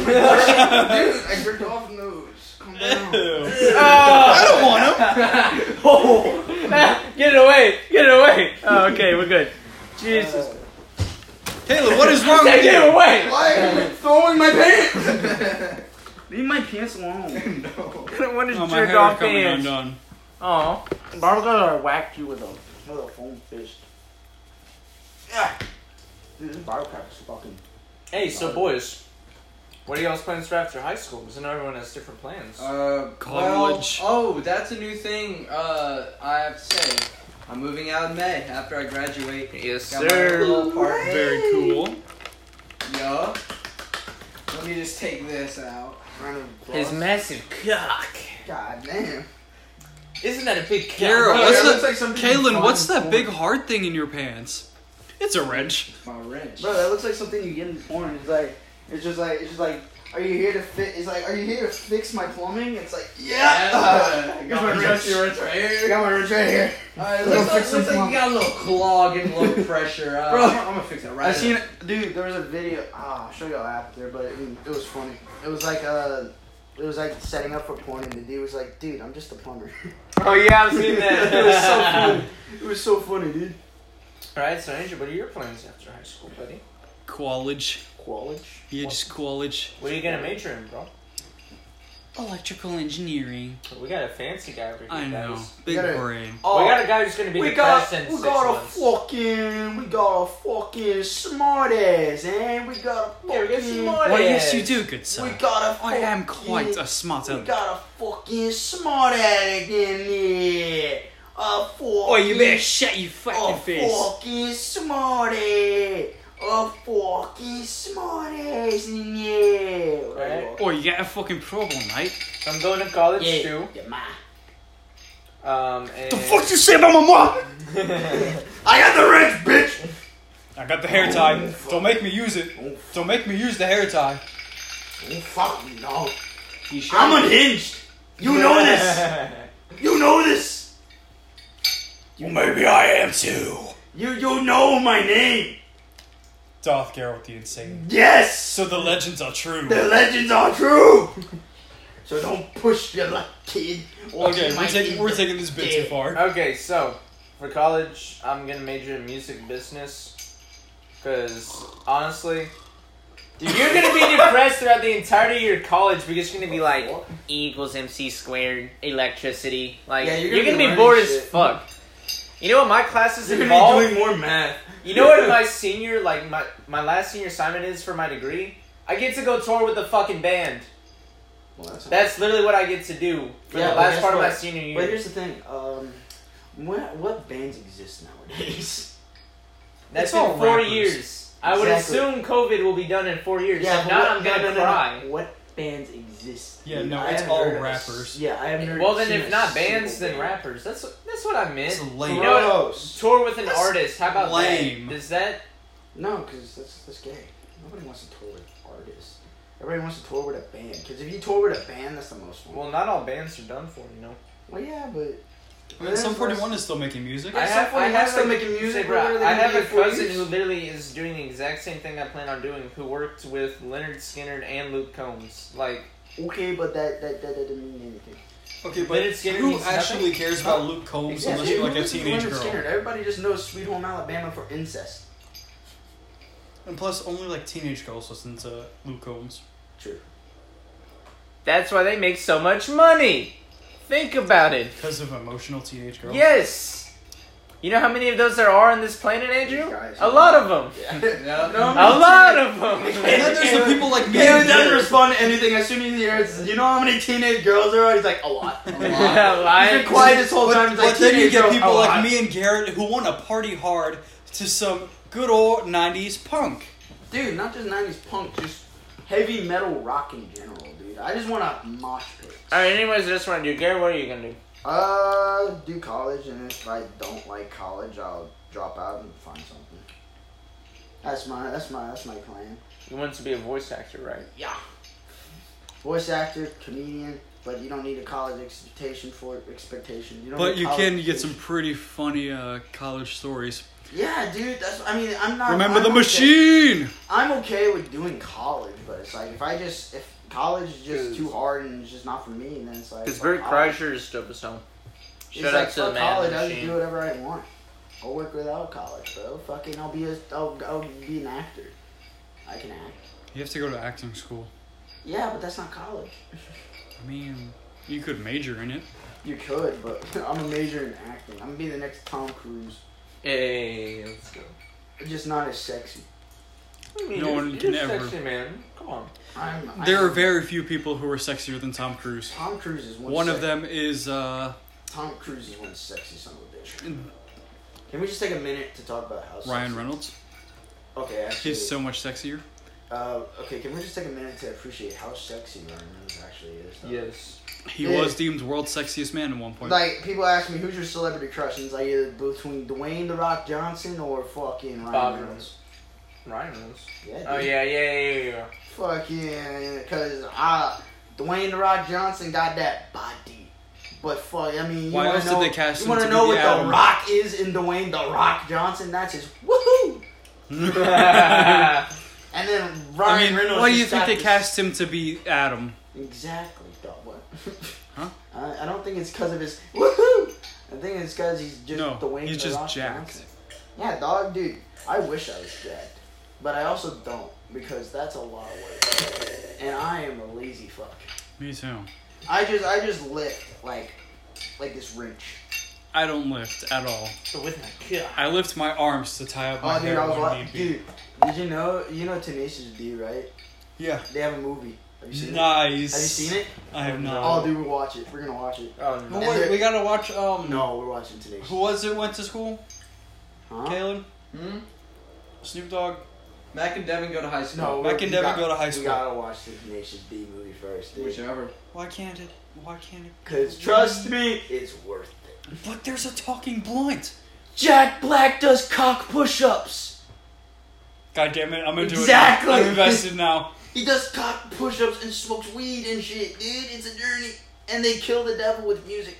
[SPEAKER 7] Dude, I jerked off in those. Come down.
[SPEAKER 3] Ew.
[SPEAKER 4] Oh!
[SPEAKER 3] I don't want him.
[SPEAKER 4] Get it away! Get it away! Oh, okay, we're good. Jesus.
[SPEAKER 3] Kalen, what is wrong
[SPEAKER 4] Take
[SPEAKER 3] with
[SPEAKER 4] it
[SPEAKER 3] you?
[SPEAKER 4] away!
[SPEAKER 7] Why am I throwing my pants?
[SPEAKER 1] Leave my pants alone.
[SPEAKER 7] no.
[SPEAKER 4] I don't want to
[SPEAKER 3] Oh, my
[SPEAKER 4] jerk
[SPEAKER 3] hair is
[SPEAKER 4] off
[SPEAKER 3] coming
[SPEAKER 4] pants.
[SPEAKER 3] undone.
[SPEAKER 4] Oh.
[SPEAKER 1] Barbara whacked you with a with a foam fist. Yeah. Dude, this barcap is fucking.
[SPEAKER 4] Hey, so boys, what are y'all's plans for after high school? Because I know everyone has different plans.
[SPEAKER 5] Uh,
[SPEAKER 3] College.
[SPEAKER 5] Well, oh, that's a new thing. Uh, I have to say, I'm moving out in May after I graduate.
[SPEAKER 4] yes,
[SPEAKER 5] Got my little apartment.
[SPEAKER 3] Very cool.
[SPEAKER 5] Yo, let me just take this out.
[SPEAKER 4] His massive cock.
[SPEAKER 7] God damn.
[SPEAKER 4] Isn't that a big cock?
[SPEAKER 3] Garrett,
[SPEAKER 5] What's
[SPEAKER 3] what's
[SPEAKER 5] that? Looks
[SPEAKER 3] that?
[SPEAKER 5] like something
[SPEAKER 3] Kalen,
[SPEAKER 5] you
[SPEAKER 3] what's
[SPEAKER 5] find
[SPEAKER 3] that big heart thing in your pants? It's a wrench.
[SPEAKER 5] in My wrench.
[SPEAKER 1] Bro, that looks like something you get in porn. It's like it's just like it's just like
[SPEAKER 7] Are you here to fit? It's like, are you here to fix my plumbing? It's like,
[SPEAKER 8] Yeah.
[SPEAKER 7] yeah. Uh, I got my wrench. I got my wrench right here.
[SPEAKER 2] Alright,
[SPEAKER 7] Go
[SPEAKER 2] looks like,
[SPEAKER 7] fix
[SPEAKER 2] looks
[SPEAKER 7] some
[SPEAKER 2] like you got a little clog and low pressure. Uh,
[SPEAKER 7] Bro.
[SPEAKER 2] I'm, gonna- I'm gonna fix that right
[SPEAKER 7] I seen, dude. There was a video. Ah, I'll show y'all after, but it, it was funny. It was like uh, it was like setting up for porn, and the dude was like, "Dude, I'm just a plumber."
[SPEAKER 4] Oh yeah, I've seen that.
[SPEAKER 7] it was so funny. It was so funny, dude.
[SPEAKER 4] All right, so Andrew, what are your plans after high school, buddy?
[SPEAKER 3] College.
[SPEAKER 7] College.
[SPEAKER 3] Yeah, just college.
[SPEAKER 4] What are you gonna major in, bro?
[SPEAKER 3] Electrical engineering.
[SPEAKER 4] We got a fancy guy over here.
[SPEAKER 3] I know.
[SPEAKER 4] guys.
[SPEAKER 3] Big
[SPEAKER 7] You gotta-
[SPEAKER 3] brain.
[SPEAKER 2] Oh,
[SPEAKER 4] we got a guy who's gonna be
[SPEAKER 7] We
[SPEAKER 4] depressed
[SPEAKER 7] got,
[SPEAKER 4] in
[SPEAKER 7] we
[SPEAKER 4] six
[SPEAKER 7] got a
[SPEAKER 4] months.
[SPEAKER 7] fucking, we got a fucking smart ass, and we got a
[SPEAKER 4] Yeah, we got
[SPEAKER 7] fucking.
[SPEAKER 4] smart
[SPEAKER 3] Well, yes,
[SPEAKER 4] ass.
[SPEAKER 3] you do, good
[SPEAKER 7] we
[SPEAKER 3] sir.
[SPEAKER 7] got a
[SPEAKER 3] I am
[SPEAKER 7] fucking-
[SPEAKER 3] quite a smart
[SPEAKER 7] We
[SPEAKER 3] elf.
[SPEAKER 7] got a fucking smart addict in here. A fucking.
[SPEAKER 3] Oh, you better shut your fucking
[SPEAKER 7] a
[SPEAKER 3] face.
[SPEAKER 7] fucking smarty. A fucking smarties in here.
[SPEAKER 4] Right.
[SPEAKER 3] Or Oh, you got a fucking problem, right?
[SPEAKER 4] I'm going to college
[SPEAKER 7] Yeah.
[SPEAKER 4] too.
[SPEAKER 7] Yeah, ma.
[SPEAKER 4] Um, and
[SPEAKER 3] The fuck you say about my mom?
[SPEAKER 7] I got the wrench, bitch.
[SPEAKER 3] I got the hair tie. Don't make me use it. Don't make me use the hair tie.
[SPEAKER 7] Oh fuck me, no.
[SPEAKER 3] You sure?
[SPEAKER 7] I'm unhinged. You know this. You know this.
[SPEAKER 3] Well, maybe I am too.
[SPEAKER 7] You you know my name.
[SPEAKER 3] Darth Garrett the Insane.
[SPEAKER 7] Yes.
[SPEAKER 3] So the legends are true.
[SPEAKER 7] The legends are true. So don't push your luck, kid. or
[SPEAKER 3] Okay,
[SPEAKER 7] you
[SPEAKER 3] we're
[SPEAKER 7] might
[SPEAKER 3] taking
[SPEAKER 7] be
[SPEAKER 3] we're taking this bit too
[SPEAKER 7] dead.
[SPEAKER 3] far.
[SPEAKER 4] Okay, so for college, I'm gonna major in music business. Cause honestly, dude, you're gonna be depressed throughout the entirety of your college because you're gonna be like E equals MC squared, electricity. Like
[SPEAKER 7] Yeah,
[SPEAKER 4] you're
[SPEAKER 7] you're
[SPEAKER 4] gonna,
[SPEAKER 7] gonna be
[SPEAKER 4] be,
[SPEAKER 7] learning
[SPEAKER 4] bored as
[SPEAKER 7] shit.
[SPEAKER 4] fuck. You know what my classes
[SPEAKER 7] You're gonna
[SPEAKER 4] involve?
[SPEAKER 7] be doing more math.
[SPEAKER 4] You know what my senior, like my my last senior assignment is for my degree? I get to go tour with the fucking band.
[SPEAKER 7] Well, that's
[SPEAKER 4] That's literally what I get to do for
[SPEAKER 7] Yeah,
[SPEAKER 4] the
[SPEAKER 7] but
[SPEAKER 4] last
[SPEAKER 7] guess
[SPEAKER 4] part of my
[SPEAKER 7] what?
[SPEAKER 4] senior year.
[SPEAKER 7] But here's the thing. Um, what what bands exist nowadays?
[SPEAKER 4] That's
[SPEAKER 3] It's all
[SPEAKER 4] in four
[SPEAKER 3] rappers.
[SPEAKER 4] years. I would
[SPEAKER 7] Exactly.
[SPEAKER 4] assume COVID will be done in four years. if
[SPEAKER 7] but
[SPEAKER 4] not,
[SPEAKER 7] what-
[SPEAKER 4] I'm gonna
[SPEAKER 7] no, no, no, no.
[SPEAKER 4] cry.
[SPEAKER 7] What bands exist?
[SPEAKER 3] Yeah,
[SPEAKER 7] Dude,
[SPEAKER 3] no,
[SPEAKER 7] I
[SPEAKER 3] it's
[SPEAKER 7] haven't
[SPEAKER 3] all
[SPEAKER 7] heard of a
[SPEAKER 3] rappers.
[SPEAKER 7] s- yeah, I haven't heard.
[SPEAKER 4] Well,
[SPEAKER 7] of-
[SPEAKER 4] then,
[SPEAKER 7] seen
[SPEAKER 4] if
[SPEAKER 7] a
[SPEAKER 4] not
[SPEAKER 7] single
[SPEAKER 4] bands, then
[SPEAKER 7] band.
[SPEAKER 4] rappers. That's what- that's what I meant.
[SPEAKER 3] It's lame.
[SPEAKER 4] You know what?
[SPEAKER 7] Gross.
[SPEAKER 4] Tour with an
[SPEAKER 3] That's
[SPEAKER 4] artist. How about
[SPEAKER 3] lame.
[SPEAKER 4] that? Is that
[SPEAKER 7] No, because that's that's gay. Nobody wants to tour with artists. Everybody wants to tour with a band. Because if you tour with a band, that's the most fun. Well,
[SPEAKER 4] well? Not all bands are done for. You know.
[SPEAKER 7] yeah, but
[SPEAKER 3] And Sum 41 is still making music.
[SPEAKER 7] Yeah,
[SPEAKER 4] I have,
[SPEAKER 7] someone
[SPEAKER 4] I
[SPEAKER 7] has
[SPEAKER 4] have
[SPEAKER 7] to
[SPEAKER 4] a-
[SPEAKER 7] make music,
[SPEAKER 4] say,
[SPEAKER 7] what are
[SPEAKER 4] bro,
[SPEAKER 7] they
[SPEAKER 4] I
[SPEAKER 7] gonna
[SPEAKER 4] have
[SPEAKER 7] do
[SPEAKER 4] a
[SPEAKER 7] for
[SPEAKER 4] cousin
[SPEAKER 7] years?
[SPEAKER 4] who literally is doing the exact same thing I plan on doing. Who worked with Leonard Skinner and Luke Combs. Like
[SPEAKER 7] okay, but that that that, that didn't mean anything.
[SPEAKER 3] Okay,
[SPEAKER 4] but it's gonna
[SPEAKER 3] who
[SPEAKER 4] be nothing.
[SPEAKER 3] actually cares about Luke Combs
[SPEAKER 7] Yeah,
[SPEAKER 3] unless
[SPEAKER 7] dude,
[SPEAKER 3] you're like
[SPEAKER 7] who
[SPEAKER 3] a
[SPEAKER 7] listens to
[SPEAKER 3] teenage
[SPEAKER 7] Leonard
[SPEAKER 3] girl?
[SPEAKER 7] Skinner? Everybody just knows Sweet Home Alabama for incest.
[SPEAKER 3] And plus, only like teenage girls listen to Luke Combs.
[SPEAKER 7] True.
[SPEAKER 4] that's why they make so much money. Think about it.
[SPEAKER 3] Because of emotional teenage girls.
[SPEAKER 4] Yes. You know how many of those there are on this planet, Andrew?
[SPEAKER 7] These guys,
[SPEAKER 4] a
[SPEAKER 7] man.
[SPEAKER 4] lot of them.
[SPEAKER 2] Yeah.
[SPEAKER 4] A lot of them.
[SPEAKER 3] And then there's the people like me.
[SPEAKER 7] Caleb doesn't respond to anything. As soon as he hears, you know how many teenage girls there are? He's like, a lot. He's been
[SPEAKER 4] Like-
[SPEAKER 7] quiet this whole
[SPEAKER 3] But,
[SPEAKER 7] time. He's like,
[SPEAKER 3] but then you
[SPEAKER 7] teenage
[SPEAKER 3] get
[SPEAKER 7] girls, a
[SPEAKER 3] people
[SPEAKER 7] lot.
[SPEAKER 3] like me and Garrett who want to party hard to some good old 90s punk.
[SPEAKER 7] Dude, not just 90s punk, just heavy metal rock in general, dude. I just want to mosh pit.
[SPEAKER 4] All right. Anyways, I just want to do. Gary, what are you gonna do?
[SPEAKER 7] Uh, do college, and if I don't like college, I'll drop out and find something. That's my, that's my, that's my plan.
[SPEAKER 4] You want to be a voice actor, right?
[SPEAKER 7] Yeah. Voice actor, comedian, but you don't need a college expectation for expectation. You don't
[SPEAKER 3] But
[SPEAKER 7] need
[SPEAKER 3] you
[SPEAKER 7] college
[SPEAKER 3] can get some
[SPEAKER 7] education.
[SPEAKER 3] pretty funny uh, college stories.
[SPEAKER 7] Yeah, dude. That's. I mean, I'm not.
[SPEAKER 3] Remember
[SPEAKER 7] I'm
[SPEAKER 3] the
[SPEAKER 7] okay-
[SPEAKER 3] machine!
[SPEAKER 7] I'm okay with doing college, but it's like if I just if college is just too hard and it's just not for me, then it's like.
[SPEAKER 4] Pittsburgh
[SPEAKER 7] fuck college.
[SPEAKER 4] Kreischer is dope as hell.
[SPEAKER 7] It's
[SPEAKER 4] Shout
[SPEAKER 7] like,
[SPEAKER 4] out to
[SPEAKER 7] fuck
[SPEAKER 4] the man.
[SPEAKER 7] college.
[SPEAKER 4] in the
[SPEAKER 7] I can
[SPEAKER 4] machine.
[SPEAKER 7] do whatever I want. I'll work without college, bro. Fucking, I'll be a. I'll, I'll be an actor. I can act.
[SPEAKER 3] You have to go to acting school.
[SPEAKER 7] Yeah, but that's not college.
[SPEAKER 3] I mean, you could major in it.
[SPEAKER 7] You could, but I'm a major in acting. I'm gonna be the next Tom Cruise.
[SPEAKER 4] Hey, let's go.
[SPEAKER 7] Just not as sexy.
[SPEAKER 4] I mean,
[SPEAKER 3] No
[SPEAKER 4] you're-
[SPEAKER 3] one
[SPEAKER 4] you're
[SPEAKER 3] can ever-
[SPEAKER 4] Sexy, man. Come on.
[SPEAKER 7] I'm.
[SPEAKER 3] There
[SPEAKER 7] I'm-
[SPEAKER 3] are very few people who are sexier than Tom Cruise.
[SPEAKER 7] Tom Cruise is one.
[SPEAKER 3] One
[SPEAKER 7] sex-
[SPEAKER 3] of them is uh,
[SPEAKER 7] Tom Cruise is one sexy son of a bitch. Can we just take a minute to talk about how?
[SPEAKER 3] Mm. Ryan
[SPEAKER 7] sexy-
[SPEAKER 3] Reynolds.
[SPEAKER 7] Okay, actually.
[SPEAKER 3] He's so much sexier.
[SPEAKER 7] uh, okay, can we just take a minute to appreciate how sexy Ryan Reynolds actually is? though?
[SPEAKER 4] Yes.
[SPEAKER 3] He
[SPEAKER 7] Yeah.
[SPEAKER 3] was deemed world's sexiest man at one point.
[SPEAKER 7] Like people ask me, who's your celebrity crush? And it's like either between Dwayne the Rock Johnson or fucking Ryan
[SPEAKER 4] Bob
[SPEAKER 7] Reynolds.
[SPEAKER 4] Ryan Reynolds.
[SPEAKER 7] Yeah. Dude.
[SPEAKER 3] Oh,
[SPEAKER 4] Oh yeah, yeah, yeah, yeah. yeah.
[SPEAKER 7] fucking because I Dwayne the Rock Johnson got that body. But fuck, I mean, you
[SPEAKER 3] Why
[SPEAKER 7] want
[SPEAKER 3] else
[SPEAKER 7] to
[SPEAKER 3] did
[SPEAKER 7] know,
[SPEAKER 3] they cast
[SPEAKER 7] you
[SPEAKER 3] him
[SPEAKER 7] wanna
[SPEAKER 3] to be
[SPEAKER 7] know
[SPEAKER 3] the
[SPEAKER 7] what the
[SPEAKER 3] Adam?
[SPEAKER 7] Rock is in Dwayne the Rock Johnson? That's his woohoo. And then Ryan
[SPEAKER 3] I mean,
[SPEAKER 7] Reynolds.
[SPEAKER 3] why do
[SPEAKER 7] just
[SPEAKER 3] you think
[SPEAKER 7] got
[SPEAKER 3] they
[SPEAKER 7] this-
[SPEAKER 3] cast him to be Adam?
[SPEAKER 7] Exactly. Dog, what?
[SPEAKER 3] Huh?
[SPEAKER 7] I, I don't think it's because of his woohoo. I think it's because he's just
[SPEAKER 3] No,
[SPEAKER 7] Dwayne
[SPEAKER 3] he's
[SPEAKER 7] the
[SPEAKER 3] just
[SPEAKER 7] Rock
[SPEAKER 3] jacked.
[SPEAKER 7] Johnson. Yeah, dog, dude. I wish I was jacked, but I also don't because that's a lot of work, and I am a lazy fuck.
[SPEAKER 3] Me too.
[SPEAKER 7] I just I just lift like like this wrench.
[SPEAKER 3] I don't lift at all.
[SPEAKER 4] So with my kid.
[SPEAKER 3] I lift my arms to tie up my
[SPEAKER 7] Oh, dude,
[SPEAKER 3] hair
[SPEAKER 7] I was
[SPEAKER 3] when
[SPEAKER 7] like,
[SPEAKER 3] need be.
[SPEAKER 7] dude. Did you know you know Tenacious D right?
[SPEAKER 3] Yeah.
[SPEAKER 7] They have a movie. Have you seen it?
[SPEAKER 3] Nice.
[SPEAKER 7] Have you seen it?
[SPEAKER 3] I have not.
[SPEAKER 7] Oh, dude, we'll watch it. We're gonna watch it.
[SPEAKER 4] Oh
[SPEAKER 3] Who
[SPEAKER 4] no.
[SPEAKER 7] And
[SPEAKER 3] was,
[SPEAKER 7] they're-
[SPEAKER 3] we gotta watch. Um,
[SPEAKER 7] No, we're watching Tenacious.
[SPEAKER 3] Who was it? Went to school?
[SPEAKER 7] Huh?
[SPEAKER 3] Caleb.
[SPEAKER 2] Hmm?
[SPEAKER 3] Snoop Dogg.
[SPEAKER 2] Mac and Devin go to high school.
[SPEAKER 7] No,
[SPEAKER 3] Mac
[SPEAKER 7] we-
[SPEAKER 3] and
[SPEAKER 7] we
[SPEAKER 3] Devin
[SPEAKER 7] got-
[SPEAKER 3] go to high
[SPEAKER 7] we
[SPEAKER 3] school.
[SPEAKER 7] gotta watch the Tenacious D movie first, dude.
[SPEAKER 2] Whichever.
[SPEAKER 3] Why can't it? Why can't it?
[SPEAKER 7] Cause trust me, it's worth it.
[SPEAKER 3] But there's a talking blunt.
[SPEAKER 7] Jack Black does cock push-ups.
[SPEAKER 3] God damn it! I'm into
[SPEAKER 7] Exactly.
[SPEAKER 3] it. Now. I'm invested now.
[SPEAKER 7] He does cock push-ups and smokes weed and shit, dude. It's a journey. And they kill the devil with music.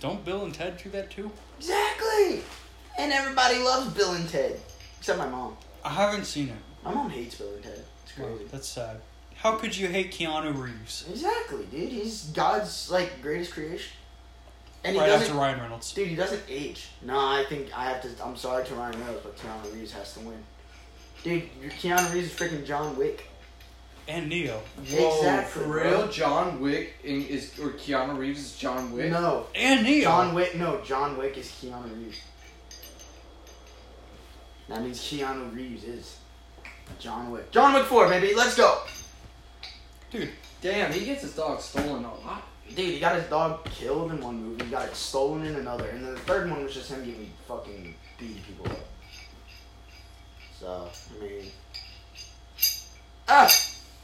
[SPEAKER 3] Don't Bill and Ted do that too?
[SPEAKER 7] Exactly. And everybody loves Bill and Ted, except my mom.
[SPEAKER 3] I haven't seen it.
[SPEAKER 7] My mom hates Bill and Ted. It's crazy.
[SPEAKER 3] That's sad. How could you hate Keanu Reeves?
[SPEAKER 7] Exactly, dude. He's God's like greatest creation. And he
[SPEAKER 3] Right
[SPEAKER 7] doesn't
[SPEAKER 3] after Ryan Reynolds.
[SPEAKER 7] Dude, he doesn't age. No, I think I have to. I'm sorry to Ryan Reynolds, but Keanu Reeves has to win. Dude, your Keanu Reeves is freaking John Wick.
[SPEAKER 3] And Neo.
[SPEAKER 2] Whoa,
[SPEAKER 7] Exactly,
[SPEAKER 2] for
[SPEAKER 7] bro.
[SPEAKER 2] real? John Wick in, is or Keanu Reeves is John Wick?
[SPEAKER 7] No,
[SPEAKER 3] And Neo.
[SPEAKER 7] John Wick. No, John Wick is Keanu Reeves. That means Keanu Reeves is John Wick. John Wick Four, baby. Let's go.
[SPEAKER 2] Damn, he gets his dog stolen a lot.
[SPEAKER 7] Dude, he got his dog killed in one movie. He got it stolen in another, and then the third one was just him getting fucking beating people up. So I mean, ah,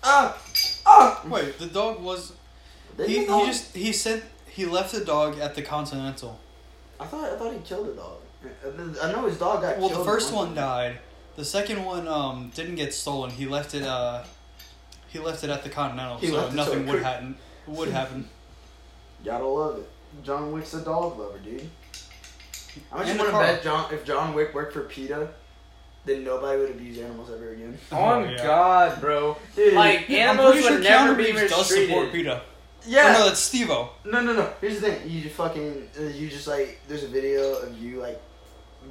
[SPEAKER 7] ah, ah.
[SPEAKER 3] Wait, the dog was.
[SPEAKER 7] Didn't
[SPEAKER 3] He,
[SPEAKER 7] the
[SPEAKER 3] he
[SPEAKER 7] dog-
[SPEAKER 3] just he said he left the dog at the Continental.
[SPEAKER 7] I thought I thought he killed a dog. I know his dog got
[SPEAKER 3] Well,
[SPEAKER 7] killed.
[SPEAKER 3] the first one died. The second one um didn't get stolen. He left it uh he left it at the Continental,
[SPEAKER 7] He
[SPEAKER 3] so
[SPEAKER 7] left it so
[SPEAKER 3] nothing
[SPEAKER 7] it
[SPEAKER 3] would
[SPEAKER 7] could-
[SPEAKER 3] happen. Would happen.
[SPEAKER 7] Gotta love it. John Wick's a dog lover, dude. How much
[SPEAKER 3] And
[SPEAKER 7] you
[SPEAKER 3] a
[SPEAKER 7] want to
[SPEAKER 3] car.
[SPEAKER 7] bet John if John Wick worked for PETA, then nobody would abuse animals ever again.
[SPEAKER 4] On
[SPEAKER 3] yeah.
[SPEAKER 4] Oh, God, bro.
[SPEAKER 7] Dude,
[SPEAKER 4] Like
[SPEAKER 3] I'm
[SPEAKER 4] animals
[SPEAKER 3] pretty
[SPEAKER 4] would
[SPEAKER 3] sure
[SPEAKER 4] never
[SPEAKER 3] Keanu
[SPEAKER 4] be
[SPEAKER 3] Reeves does support
[SPEAKER 4] mistreated.
[SPEAKER 3] PETA. Oh, no,
[SPEAKER 7] yeah.
[SPEAKER 3] that's Steve-O.
[SPEAKER 7] No, no, no. Here's the thing. You just fucking uh, you just like there's a video of you like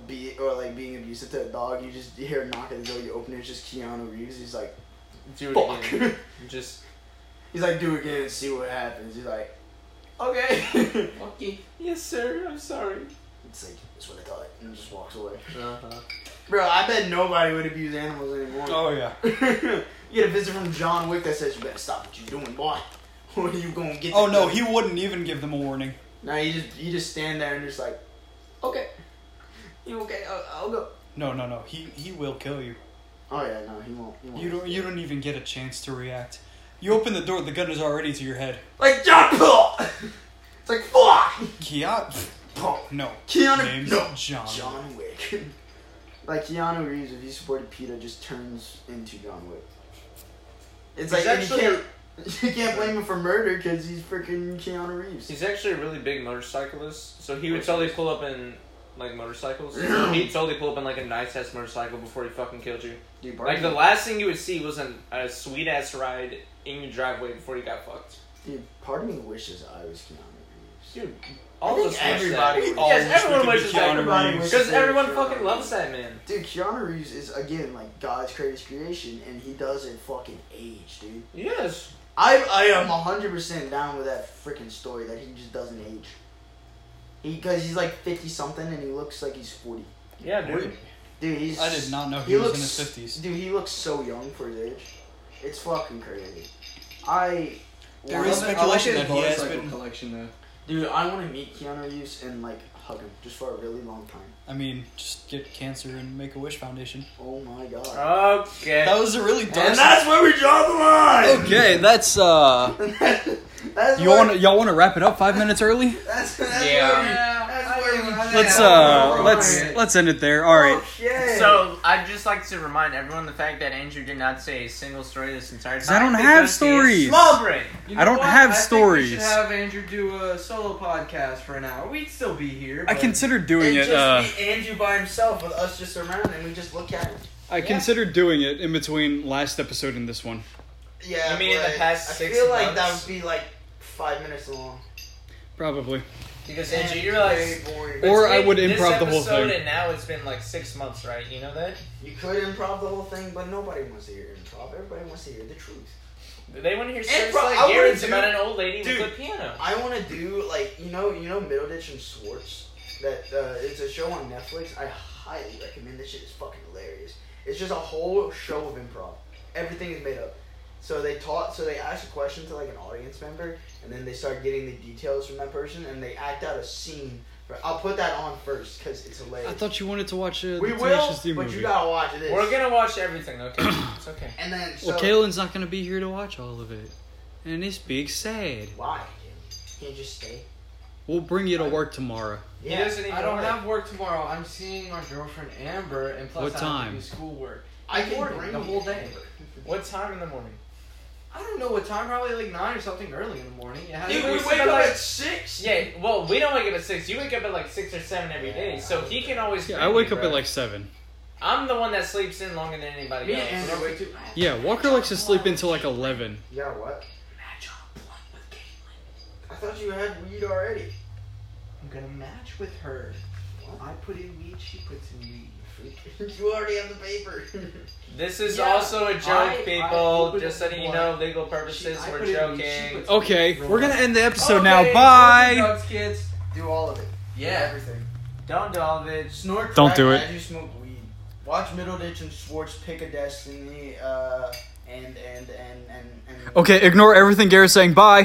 [SPEAKER 7] be or like being abusive to a dog. You just you hear a knock at the door. You open it. It's just Keanu Reeves. He's like
[SPEAKER 4] Do it again.
[SPEAKER 7] fuck.
[SPEAKER 4] Just
[SPEAKER 7] He's like do it again and see what happens. He's like okay.
[SPEAKER 9] Fucking
[SPEAKER 4] yes, sir. I'm sorry.
[SPEAKER 7] It's like, that's what I thought. And just walks away.
[SPEAKER 4] Uh-huh.
[SPEAKER 7] Bro, I bet nobody would abuse animals anymore.
[SPEAKER 3] Oh yeah.
[SPEAKER 7] you get a visit from John Wick that says, you better stop what you're doing, boy. Or you gonna get
[SPEAKER 3] Oh no, he wouldn't even give them a warning.
[SPEAKER 7] No, you just, you just stand there and just like, okay. You okay? I'll, I'll go.
[SPEAKER 3] No, no, no. He he will kill you.
[SPEAKER 7] Oh yeah, no, he won't. He won't.
[SPEAKER 3] You don't you don't even get a chance to react. You open the door, the gun is already to your head.
[SPEAKER 7] Like, John Paul! it's like, fuck!
[SPEAKER 3] Keanu.
[SPEAKER 7] Paul.
[SPEAKER 3] No.
[SPEAKER 7] Keanu-
[SPEAKER 3] Name's
[SPEAKER 7] no.
[SPEAKER 3] John.
[SPEAKER 7] John Wick. like, Keanu Reeves, if he supported PETA, just turns into John Wick. It's like,
[SPEAKER 4] He's
[SPEAKER 7] and
[SPEAKER 4] actually-
[SPEAKER 7] you can't... You can't blame him for murder because he's freaking Keanu Reeves.
[SPEAKER 4] He's actually a really big motorcyclist, so he would totally pull up in like motorcycles. So he'd totally pull up in like a nice ass motorcycle before he fucking killed you.
[SPEAKER 7] Dude, Barbie,
[SPEAKER 4] Like the last thing you would see was an, a sweet ass ride in your driveway before you got fucked.
[SPEAKER 7] dude, part of me wishes I was Keanu Reeves.
[SPEAKER 4] Dude,
[SPEAKER 7] I
[SPEAKER 4] all
[SPEAKER 7] think
[SPEAKER 4] of us wish
[SPEAKER 7] everybody
[SPEAKER 4] that.
[SPEAKER 7] would-
[SPEAKER 3] All
[SPEAKER 4] Yes,
[SPEAKER 3] wish we
[SPEAKER 4] everyone
[SPEAKER 3] could be
[SPEAKER 4] wishes
[SPEAKER 3] Keanu
[SPEAKER 4] that.
[SPEAKER 7] Everybody
[SPEAKER 3] Reeves.
[SPEAKER 4] Because everyone
[SPEAKER 7] Keanu
[SPEAKER 4] fucking
[SPEAKER 7] Reeves.
[SPEAKER 4] loves that man.
[SPEAKER 7] Dude, Keanu Reeves is again like God's greatest creation, and he doesn't fucking age, dude.
[SPEAKER 4] Yes.
[SPEAKER 7] I I am hundred percent down with that freaking story that he just doesn't age. He because he's like fifty something and he looks like he's forty.
[SPEAKER 4] Yeah, dude.
[SPEAKER 7] Dude, he's
[SPEAKER 3] I did not know he,
[SPEAKER 7] he
[SPEAKER 3] was
[SPEAKER 7] looks
[SPEAKER 3] in his fifties.
[SPEAKER 7] Dude, he looks so young for his age. It's fucking crazy. I.
[SPEAKER 3] There
[SPEAKER 2] I
[SPEAKER 3] is
[SPEAKER 2] love it-
[SPEAKER 3] speculation
[SPEAKER 2] I like
[SPEAKER 3] that
[SPEAKER 2] his
[SPEAKER 3] he has
[SPEAKER 2] motorcycle
[SPEAKER 3] been-
[SPEAKER 2] collection though.
[SPEAKER 7] Dude, I want to meet Keanu Reeves and like hug him just for a really long time.
[SPEAKER 3] I mean, just get cancer and make a wish foundation.
[SPEAKER 7] Oh my god.
[SPEAKER 4] Okay.
[SPEAKER 3] That was a really dark.
[SPEAKER 7] and that's where we draw the line.
[SPEAKER 3] okay, that's uh.
[SPEAKER 7] that's
[SPEAKER 3] You
[SPEAKER 7] where-
[SPEAKER 3] want y'all want to wrap it up five minutes early?
[SPEAKER 7] That's, that's
[SPEAKER 4] Yeah.
[SPEAKER 7] Where, that's where
[SPEAKER 3] Let's uh, let's let's end it there. All right.
[SPEAKER 7] Oh,
[SPEAKER 4] So I'd just like to remind everyone the fact that Andrew did not say a single story this entire time.
[SPEAKER 3] 'Cause I don't have
[SPEAKER 4] because he is
[SPEAKER 3] stories.
[SPEAKER 4] Smoldering.
[SPEAKER 2] You
[SPEAKER 3] I don't have
[SPEAKER 2] I Think we
[SPEAKER 3] stories.
[SPEAKER 2] should have Andrew do a solo podcast for an hour. We'd still be here.
[SPEAKER 3] I
[SPEAKER 2] but-
[SPEAKER 3] considered doing
[SPEAKER 7] just
[SPEAKER 3] it. Uh,
[SPEAKER 7] be Andrew by himself with us just around, and we just look at him.
[SPEAKER 3] I considered doing it in between last episode and this one.
[SPEAKER 7] Yeah.
[SPEAKER 4] You mean in the
[SPEAKER 7] but
[SPEAKER 4] past
[SPEAKER 7] I
[SPEAKER 4] six
[SPEAKER 7] feel like that
[SPEAKER 4] months?
[SPEAKER 7] would be like five minutes long.
[SPEAKER 3] Probably.
[SPEAKER 4] Because Andrew, you realize.
[SPEAKER 7] Very boring.
[SPEAKER 3] Or I
[SPEAKER 4] between
[SPEAKER 3] would
[SPEAKER 4] this
[SPEAKER 3] improv the whole
[SPEAKER 4] episode
[SPEAKER 3] thing.
[SPEAKER 4] And now it's been like six months, right? You know that
[SPEAKER 7] You could improv the whole thing, but nobody wants to hear improv. Everybody wants to hear the truth.
[SPEAKER 4] they want to hear stories
[SPEAKER 7] Improv-
[SPEAKER 4] like
[SPEAKER 7] I wanna
[SPEAKER 4] Garrett's
[SPEAKER 7] do-
[SPEAKER 4] about an old lady
[SPEAKER 7] Dude.
[SPEAKER 4] with a piano.
[SPEAKER 7] I want to do like you know you know Middleditch and Swartz. That uh, it's a show on Netflix. I highly recommend. This shit is fucking hilarious. It's just a whole show of improv. Everything is made up. So they taught. So they ask a question to like an audience member, and then they start getting the details from that person, and they act out a scene. For, I'll put that on first because it's hilarious.
[SPEAKER 3] I thought you wanted to watch uh, the
[SPEAKER 7] we will,
[SPEAKER 3] Tenacious D
[SPEAKER 7] but
[SPEAKER 3] movie.
[SPEAKER 7] you gotta watch this.
[SPEAKER 4] We're gonna watch everything. Okay, it's okay.
[SPEAKER 7] and then so
[SPEAKER 3] well, Kaylin's not gonna be here to watch all of it, and it's big sad.
[SPEAKER 7] why? Kayla? Can't you just stay.
[SPEAKER 3] We'll bring you to work tomorrow.
[SPEAKER 4] He doesn't even
[SPEAKER 2] I don't
[SPEAKER 4] work.
[SPEAKER 2] have work tomorrow. I'm seeing my girlfriend Amber, and plus
[SPEAKER 3] What
[SPEAKER 2] I
[SPEAKER 3] time?
[SPEAKER 2] have to do schoolwork.
[SPEAKER 7] I can
[SPEAKER 2] Morning,
[SPEAKER 7] bring
[SPEAKER 2] the
[SPEAKER 7] you
[SPEAKER 2] whole
[SPEAKER 7] to
[SPEAKER 2] day.
[SPEAKER 7] Amber.
[SPEAKER 4] What time in the morning?
[SPEAKER 2] I don't know what time. Probably like nine or something early in the morning. It has
[SPEAKER 4] Dude,
[SPEAKER 2] to
[SPEAKER 4] we
[SPEAKER 2] be-
[SPEAKER 4] wake up at
[SPEAKER 7] six.
[SPEAKER 4] Yeah, well, we don't wake up at six. You wake up at like six or seven every day, so he can always.
[SPEAKER 3] Yeah,
[SPEAKER 4] bring
[SPEAKER 3] I wake
[SPEAKER 4] you,
[SPEAKER 3] up
[SPEAKER 4] bro.
[SPEAKER 3] at like seven.
[SPEAKER 4] I'm the one that sleeps in longer than anybody
[SPEAKER 7] Me
[SPEAKER 4] else.
[SPEAKER 7] and Andrew wake
[SPEAKER 2] too-
[SPEAKER 3] Yeah, Walker likes to sleep until like eleven.
[SPEAKER 7] Yeah, what? I thought you had weed already.
[SPEAKER 2] I'm gonna match with her. I put in weed. She puts in weed.
[SPEAKER 7] you already have the paper.
[SPEAKER 4] This is
[SPEAKER 2] Yeah,
[SPEAKER 4] also a joke,
[SPEAKER 2] I- I
[SPEAKER 4] people.
[SPEAKER 2] open
[SPEAKER 4] Just so that you
[SPEAKER 2] one.
[SPEAKER 4] know, legal
[SPEAKER 2] She-
[SPEAKER 4] purposes,
[SPEAKER 2] I
[SPEAKER 4] we're
[SPEAKER 2] put in weed, she
[SPEAKER 4] joking.
[SPEAKER 2] puts in
[SPEAKER 3] Okay,
[SPEAKER 2] weed.
[SPEAKER 3] we're gonna end the episode now.
[SPEAKER 2] Okay,
[SPEAKER 3] Bye.
[SPEAKER 2] drugs, kids.
[SPEAKER 7] Do all of it.
[SPEAKER 2] Yeah.
[SPEAKER 7] Everything.
[SPEAKER 4] Don't do all of it.
[SPEAKER 7] Snort.
[SPEAKER 3] Don't
[SPEAKER 7] crack
[SPEAKER 3] do it.
[SPEAKER 7] As you smoke weed. Watch Middleditch and Schwartz pick a destiny. Uh, and and and and and.
[SPEAKER 3] Okay, ignore everything Garrett's saying. Bye.